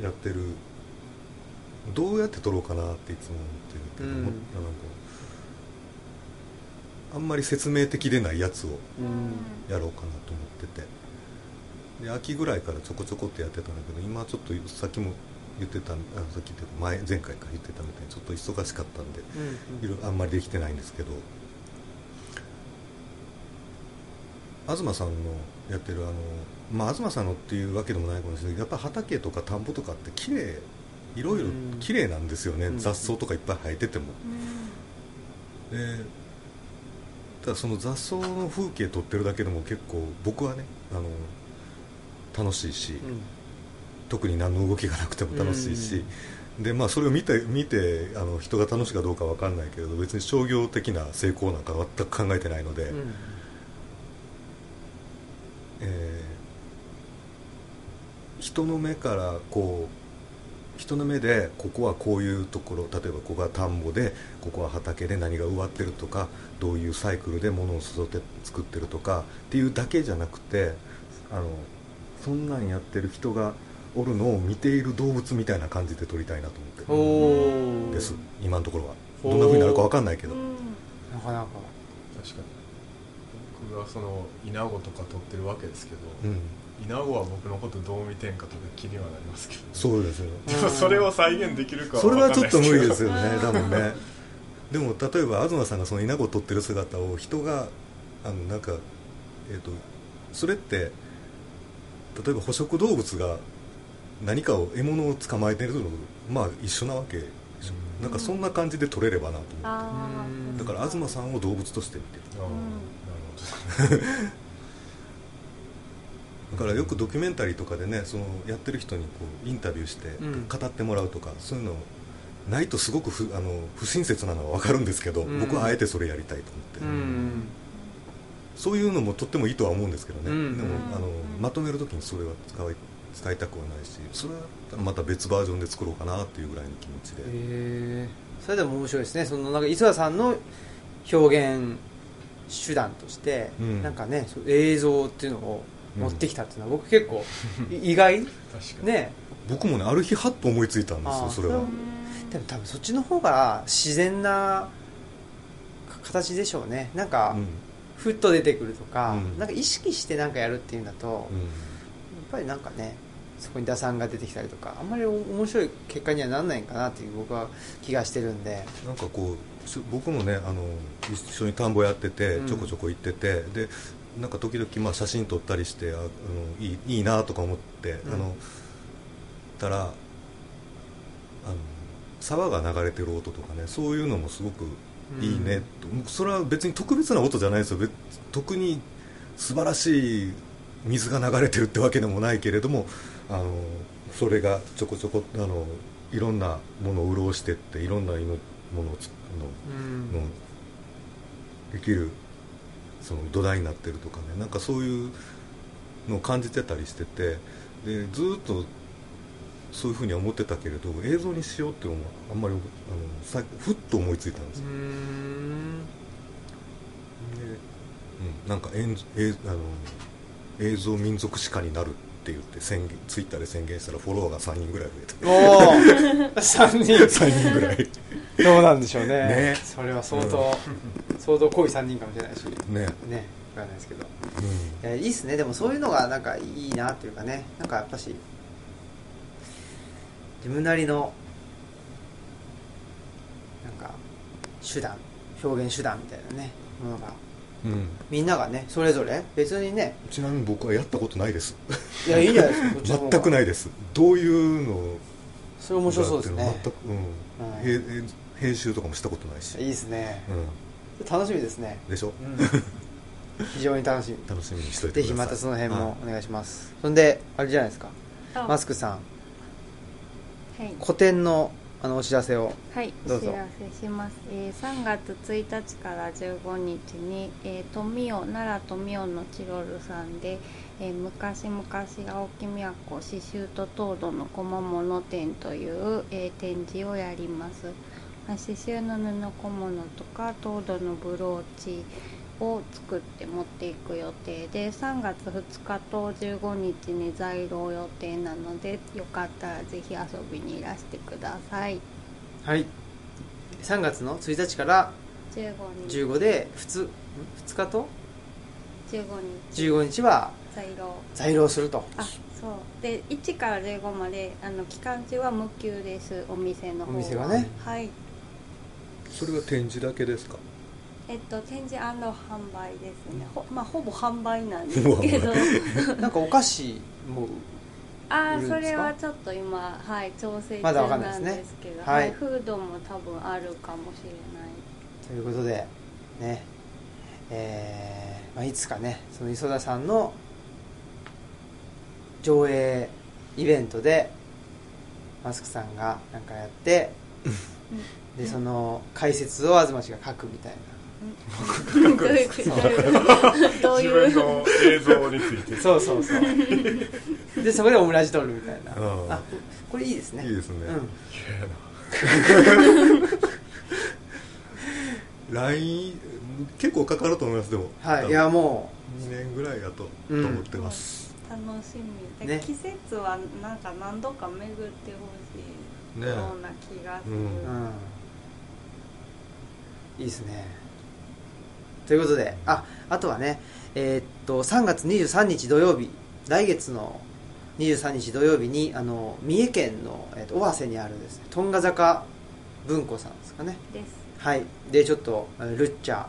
[SPEAKER 2] うやってるどうやって撮ろうかなっていつも思ってるけど、
[SPEAKER 1] うん
[SPEAKER 2] もなんかあんまり説明的でないやつを
[SPEAKER 1] うん
[SPEAKER 2] やろうかなと思っててで秋ぐらいからちょこちょこってやってたんだけど今ちょっとさっきも言ってたあのさっきっていうか前前回から言ってたみたいにちょっと忙しかったんでいろいろあんまりできてないんですけど東さんのやってるあの、まあ、東さんのっていうわけでもないかもしれないけどやっぱ畑とか田んぼとかって綺麗いろいろ
[SPEAKER 1] うん
[SPEAKER 2] 綺麗なんですよね、
[SPEAKER 1] うん
[SPEAKER 2] 雑草とかいっぱい生えてても。でただその雑草の風景撮ってるだけでも結構僕はねあの楽しいし、特に何の動きがなくても楽しいし、でまあ、それを見て見てあの人が楽しいかどうかわかんないけれど別に商業的な成功なんか全く考えてないので、
[SPEAKER 1] うんうん
[SPEAKER 2] えー人の目からこう人の目でここはこういうところ例えばここが田んぼでここは畑で何が植わってるとかどういうサイクルで物を育て作ってるとかっていうだけじゃなくてあのそんなんやってる人がおるのを見ている動物みたいな感じで撮りたいなと
[SPEAKER 1] お
[SPEAKER 2] 思ってる
[SPEAKER 1] お
[SPEAKER 2] んです
[SPEAKER 1] な
[SPEAKER 2] 今のところは
[SPEAKER 1] おー
[SPEAKER 2] どんな風になるかわかんないけど
[SPEAKER 1] かなか
[SPEAKER 5] 確かに僕がその稲子とか撮ってるわけですけど、
[SPEAKER 2] うん
[SPEAKER 5] 稲子は僕のことどう見てんかとか気にはなりますけど、
[SPEAKER 2] そうですよ
[SPEAKER 5] でも それを再現できるかは
[SPEAKER 2] それはちょっと無理で
[SPEAKER 5] わかんないけ
[SPEAKER 2] す よね
[SPEAKER 3] うん
[SPEAKER 2] 多分ねでも例えば東さんがその稲子を取ってる姿を人があのなんかえっ、とそれって例えば捕食動物が何かを獲物を捕まえてるのとまあ一緒なわけでしょ、
[SPEAKER 5] うん
[SPEAKER 2] なんかそんな感じで取れればなと思って
[SPEAKER 3] あ
[SPEAKER 1] うん
[SPEAKER 3] ー
[SPEAKER 2] だから東さんを動物として見てる
[SPEAKER 5] どああ
[SPEAKER 3] うん
[SPEAKER 5] なるほど
[SPEAKER 2] だからよくドキュメンタリーとかでねそのやってる人にこうインタビューして
[SPEAKER 1] うん
[SPEAKER 2] 語ってもらうとか、そういうのないとすごく不あの不親切なのは分かるんですけど、
[SPEAKER 1] うん
[SPEAKER 2] 僕はあえてそれやりたいと思って、
[SPEAKER 1] うん
[SPEAKER 2] そういうのもとってもいいとは思うんですけど
[SPEAKER 1] う
[SPEAKER 2] ね、
[SPEAKER 1] ん
[SPEAKER 2] でも
[SPEAKER 1] うん
[SPEAKER 2] あのまとめるときにそれは使い使いたくはないしそれはまた別バージョンで作ろうかなっていうぐらいの気持ちで、
[SPEAKER 1] へえそれでも面白いですねそのなんか磯田さんの表現手段として、
[SPEAKER 2] うん
[SPEAKER 1] なんかねそう映像っていうのを持ってきたっていうのは、僕結 構い意外
[SPEAKER 5] 確かに
[SPEAKER 1] ね
[SPEAKER 2] 僕もねある日はっと思いついたんです
[SPEAKER 1] あ
[SPEAKER 2] よ
[SPEAKER 1] ー
[SPEAKER 2] それは、
[SPEAKER 1] そでも多分そっちの方が自然なか形でしょうねなんか、
[SPEAKER 2] うん
[SPEAKER 1] ふっと出てくるとか、
[SPEAKER 2] うん
[SPEAKER 1] なんか意識してなんかやるっていうんだと、
[SPEAKER 2] う
[SPEAKER 1] やっ
[SPEAKER 2] ん
[SPEAKER 1] ぱりなんかねそこに打算が出てきたりとかあんまりお面白い結果にはなんないかなっていう僕は気がしてるんで
[SPEAKER 2] なんかこうし僕もねあの一緒に田んぼやってて
[SPEAKER 1] うん
[SPEAKER 2] ちょこちょこ行ってて、でなんか時々まあ写真撮ったりしてああのいいいいなとか思って、
[SPEAKER 1] うん
[SPEAKER 2] あのたらあの沢が流れてる音とかねそういうのもすごくいいねと、それは別に特別な音じゃないですよ別特に素晴らしい水が流れてるってわけでもないけれどもあのそれがちょこちょこあのいろんなものを潤してっていろんなものをつ
[SPEAKER 1] う
[SPEAKER 2] のの
[SPEAKER 1] ん
[SPEAKER 2] できるその土台になってるとかねなんかそういうのを感じてたりしててでずーっとそういうふうには思ってたけれど映像にしようっていうのもあんまりあのさふっと思いついたんです
[SPEAKER 1] う
[SPEAKER 2] よ
[SPEAKER 1] ーん
[SPEAKER 2] で、うん、なんかえんえあの映像民族史家になるっって言って宣言ツイッターで宣言したらフォロワーが3人ぐらい増え
[SPEAKER 1] お
[SPEAKER 2] た
[SPEAKER 1] お 3人
[SPEAKER 2] 3人ぐらい
[SPEAKER 1] どうなんでしょうね
[SPEAKER 2] ね
[SPEAKER 1] それは相当、相当濃い3人かもしれないし
[SPEAKER 2] ね、
[SPEAKER 1] ね分かんないですけど
[SPEAKER 2] う
[SPEAKER 1] いやいいっすねでもそういうのがなんかいいなというかねなんかやっぱし自分なりのなんか手段表現手段みたいなねものが
[SPEAKER 2] んうん、
[SPEAKER 1] みんながねそれぞれ別にね
[SPEAKER 2] ちなみに僕はやったことないです
[SPEAKER 1] いやいいじゃないですかこっちの方が
[SPEAKER 2] 全くないですどういうの
[SPEAKER 1] それ面白そうです
[SPEAKER 2] があ
[SPEAKER 1] ね
[SPEAKER 2] って全く、うん
[SPEAKER 1] うん
[SPEAKER 2] へ編編集とかもしたことないし、
[SPEAKER 1] いいですね
[SPEAKER 2] う
[SPEAKER 1] 楽しみですね、
[SPEAKER 2] ん、でしょ、
[SPEAKER 1] 非常に楽しみ
[SPEAKER 2] 楽しみにしといて
[SPEAKER 1] ぜ
[SPEAKER 2] く
[SPEAKER 1] ひま
[SPEAKER 2] ださい
[SPEAKER 1] たその辺もお願いします、そんであれじゃないですか
[SPEAKER 3] あ
[SPEAKER 1] マスクさん
[SPEAKER 3] はい
[SPEAKER 1] 個展のあのお知らせを
[SPEAKER 3] はい、お
[SPEAKER 1] どう
[SPEAKER 3] 知
[SPEAKER 1] ぞ
[SPEAKER 3] らせします、えー3月1日から15日に、えー、富雄奈良富雄のチロルさんで、えー昔々青木都刺繍と糖度の小物展という、えー展示をやりますまあ刺繍の布小物とか糖度のブローチを作って持っていく予定で3月2日と15日に在廊予定なのでよかったらぜひ遊びにいらしてください
[SPEAKER 1] はい3月の1日から
[SPEAKER 3] 15日
[SPEAKER 1] 15で普通ん2日と
[SPEAKER 3] 15日
[SPEAKER 1] 15日は
[SPEAKER 3] 在廊
[SPEAKER 1] 在廊すると
[SPEAKER 3] あそうで1から15まであの期間中は無休ですお店の方
[SPEAKER 1] お店がね
[SPEAKER 3] はい
[SPEAKER 2] それは展示だけですか
[SPEAKER 3] えっと展示販売ですねほ,、まあ、ほぼ販売なんですけど
[SPEAKER 2] ほぼ
[SPEAKER 1] なんかお菓子も
[SPEAKER 3] あ
[SPEAKER 1] 売るんですか
[SPEAKER 3] ーそれはちょっと今はい調整
[SPEAKER 1] ま
[SPEAKER 3] 中
[SPEAKER 1] だわかんないで
[SPEAKER 3] な
[SPEAKER 1] す
[SPEAKER 3] ん
[SPEAKER 1] ね
[SPEAKER 3] ですけど
[SPEAKER 1] はい
[SPEAKER 3] フードも多分あるかもしれない
[SPEAKER 1] ということでねえーまあ、いつかねその磯田さんの上映イベントでマスクさんがなんかやってでその解説を東氏が書くみたい
[SPEAKER 3] どういうことどう い
[SPEAKER 5] 自分
[SPEAKER 3] う
[SPEAKER 5] の映像について
[SPEAKER 1] なそうそうそう でそこでオムラジ撮るみたいな
[SPEAKER 2] うん
[SPEAKER 1] あこれいいですね
[SPEAKER 2] いいですね、
[SPEAKER 1] うん、
[SPEAKER 2] LINE 結構かかると思いますでも、
[SPEAKER 1] はいいやも
[SPEAKER 2] 2年ぐらいやと,、
[SPEAKER 1] うん
[SPEAKER 2] と思ってます、
[SPEAKER 3] 楽しみ、
[SPEAKER 1] ね
[SPEAKER 3] 季節はなんか何度か巡ってほしい
[SPEAKER 2] ね
[SPEAKER 3] ような気がす
[SPEAKER 1] う、
[SPEAKER 3] る、
[SPEAKER 1] う、
[SPEAKER 2] うん
[SPEAKER 1] いいですねということでああとはねえーっと3月23日土曜日来月の23日土曜日にあの三重県の、えーっと尾鷲にあるですねトンガ坂文庫さんですかね
[SPEAKER 3] です
[SPEAKER 1] はいでちょっとえールッチャ、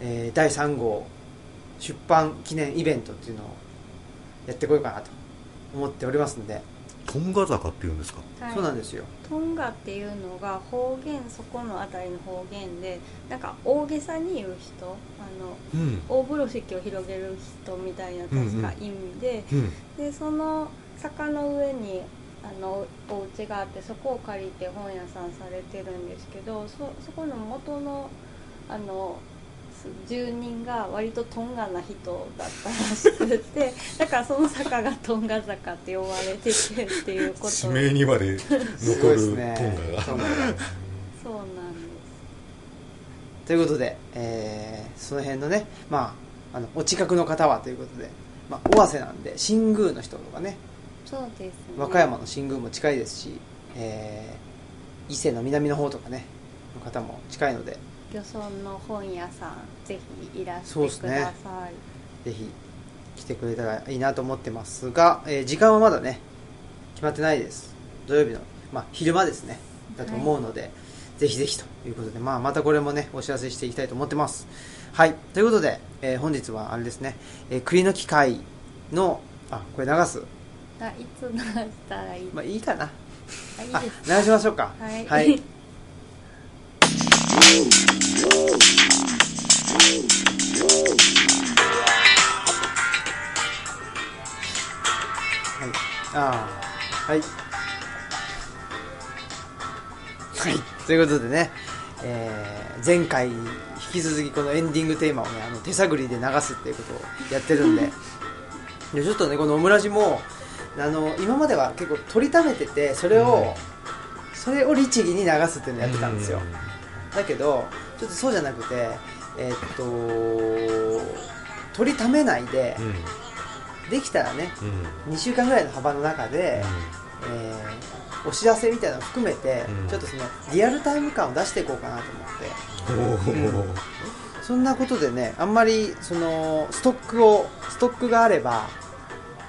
[SPEAKER 1] えー第3号出版記念イベントっていうのをやってこようかなと思っておりますんで、
[SPEAKER 2] トンガ坂っていうんですか
[SPEAKER 3] はい
[SPEAKER 1] そうなんですよ
[SPEAKER 3] トンガっていうのが方言そこのあたりの方言でなんか大げさに言う人あの
[SPEAKER 2] うん
[SPEAKER 3] 大風呂敷を広げる人みたいな確か意味で、
[SPEAKER 2] うん
[SPEAKER 3] でその坂の上にあのお家があってそこを借りて本屋さんされてるんですけどそそこの元のあのす住人が割とトンガな人だったらしくて だからその坂がトンガ坂って呼ばれててっていうこと
[SPEAKER 2] 地
[SPEAKER 3] そう
[SPEAKER 2] 名にまで
[SPEAKER 1] すご
[SPEAKER 2] 残
[SPEAKER 1] いです
[SPEAKER 2] る
[SPEAKER 1] ね
[SPEAKER 2] トンガが
[SPEAKER 1] トンガが
[SPEAKER 3] なんです
[SPEAKER 1] ということで、えーその辺のね、まあ、あのお近くの方はということで、まあ、尾鷲なんで新宮の人とかね
[SPEAKER 3] そうですね
[SPEAKER 1] 和歌山の新宮も近いですし、えー伊勢の南の方とかねの方も近いので
[SPEAKER 3] 漁村の本屋さんぜひいらして
[SPEAKER 1] そうです
[SPEAKER 3] く
[SPEAKER 1] ね
[SPEAKER 3] ださい、
[SPEAKER 1] ぜひ来てくれたらいいなと思ってますが、えー時間はまだね決まってないです土曜日の、まあ、昼間ですねだと思うので、ぜひぜひということで、まあ、またこれもねお知らせしていきたいと思ってますはいということで、えー本日はあれですね、えー栗の機会のあこれ流す
[SPEAKER 3] あいつ出したらいい、
[SPEAKER 1] まあいいかな
[SPEAKER 3] あいい
[SPEAKER 1] あ
[SPEAKER 3] です
[SPEAKER 1] 流しましょうか
[SPEAKER 3] はい
[SPEAKER 1] はい、はいああはいはいということでね、えー前回に引き続きこのエンディングテーマをねあの手探りで流すっていうことをやってるんででちょっとねこのオムラジもあの今までは結構取りためててそれを、それを律儀に流すっていうのをやってたんですよ、だけどちょっとそうじゃなくてえーっと取りためないで、
[SPEAKER 2] うんうん
[SPEAKER 1] できたらね
[SPEAKER 2] うん
[SPEAKER 1] 2週間ぐらいの幅の中で、えーお知らせみたいなのを含めて、
[SPEAKER 2] うん
[SPEAKER 1] ちょっとそのリアルタイム感を出していこうかなと思って
[SPEAKER 2] おー
[SPEAKER 1] そんなことでねあんまりそのストックをストックがあれば、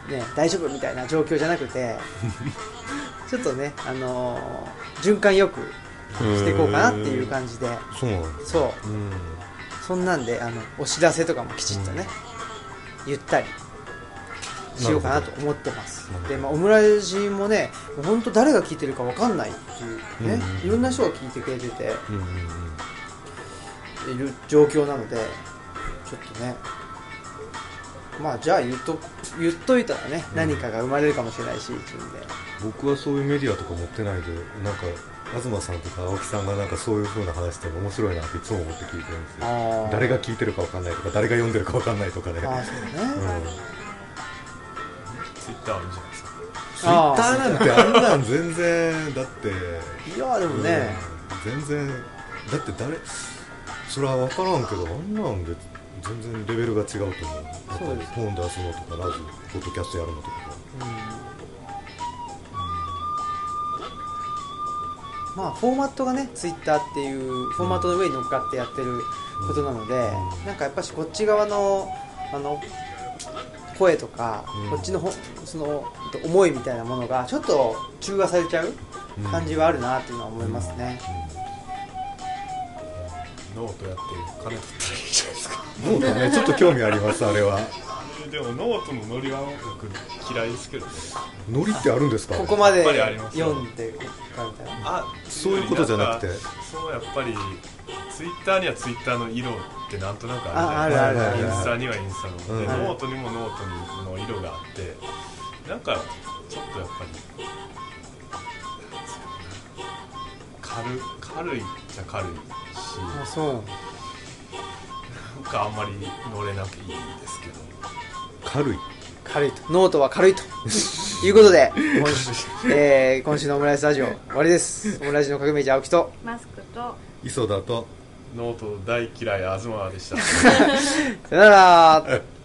[SPEAKER 1] ね、大丈夫みたいな状況じゃなく てちょっとね、あのー循環よくしていこうかなっていう感じで
[SPEAKER 2] そうなんです
[SPEAKER 1] そう
[SPEAKER 2] うん
[SPEAKER 1] そんなんであのお知らせとかもきちっとね、ゆったりしようかなと思ってます
[SPEAKER 2] なるほど
[SPEAKER 1] で、まあ、オムラジもね本当誰が聞いてるかわかんないっていうね、
[SPEAKER 2] うん
[SPEAKER 1] いろんな人が聞いてくれてて
[SPEAKER 2] うんうん
[SPEAKER 1] いる状況なのでちょっとねまあじゃあ言っと言っといたらね、
[SPEAKER 2] ん
[SPEAKER 1] 何かが生まれるかもしれないしっていうんで
[SPEAKER 2] 僕はそういうメディアとか持ってないでなんか東さんとか青木さんがなんかそういう風な話とか面白いなっていつも思って聞いてるんですよ
[SPEAKER 1] あー
[SPEAKER 2] 誰が聞いてるかわかんないとか誰が読んでるかわかんないとかね
[SPEAKER 1] ああそうね、
[SPEAKER 2] うん
[SPEAKER 5] ツイッターあるじゃない
[SPEAKER 2] ツ
[SPEAKER 5] ですか
[SPEAKER 2] イッターなんてあんなん全然だって
[SPEAKER 1] いやでもね、
[SPEAKER 2] うん全然だって誰それは分からんけどあんなんで全然レベルが違うと思うやっぱり
[SPEAKER 1] そうです
[SPEAKER 2] 本出すのとかラジオポッドキャストやるのとか
[SPEAKER 1] まあ、フォーマットがねツイッターっていうフォーマットの上に乗っかってやってることなので、
[SPEAKER 2] うん
[SPEAKER 1] なんかやっぱしこっち側のあの声とか、
[SPEAKER 2] うん
[SPEAKER 1] こっちのほその思いみたいなものがちょっと中和されちゃう感じはあるなっていうのは思いますね、
[SPEAKER 5] ノートやって金取ったらいいじゃないですか
[SPEAKER 2] もうねちょっと興味ありますあれは
[SPEAKER 5] でもノートのノリは僕嫌いですけどね
[SPEAKER 2] ノリってあるんですか
[SPEAKER 1] ここまで
[SPEAKER 5] やっぱりありますよ
[SPEAKER 1] 読んでいくかみたいな
[SPEAKER 5] あ
[SPEAKER 2] そういうことじゃなくて
[SPEAKER 5] んかそうやっぱりツイッターにはツイッターの色ってなんとなく
[SPEAKER 1] あ
[SPEAKER 5] あ
[SPEAKER 1] あ
[SPEAKER 5] るじ
[SPEAKER 1] る
[SPEAKER 5] ゃ
[SPEAKER 1] あるあ
[SPEAKER 5] ない
[SPEAKER 1] る
[SPEAKER 5] で
[SPEAKER 1] ある
[SPEAKER 5] すかインスタにはインスタの、で
[SPEAKER 2] うん
[SPEAKER 5] ノートにもノートにの色があってなんかちょっとやっぱり軽軽いっちゃ軽いし
[SPEAKER 1] あそう
[SPEAKER 5] なんかあんまり乗れなくていいんですけど
[SPEAKER 2] 軽い
[SPEAKER 1] 軽いとノートは軽いということで今週,、えー今週のオムライスラジオ終わりですオムライスの革命児青木と
[SPEAKER 3] マスクと
[SPEAKER 2] 磯だと
[SPEAKER 5] ノート大嫌い東でした
[SPEAKER 1] さよなら
[SPEAKER 2] え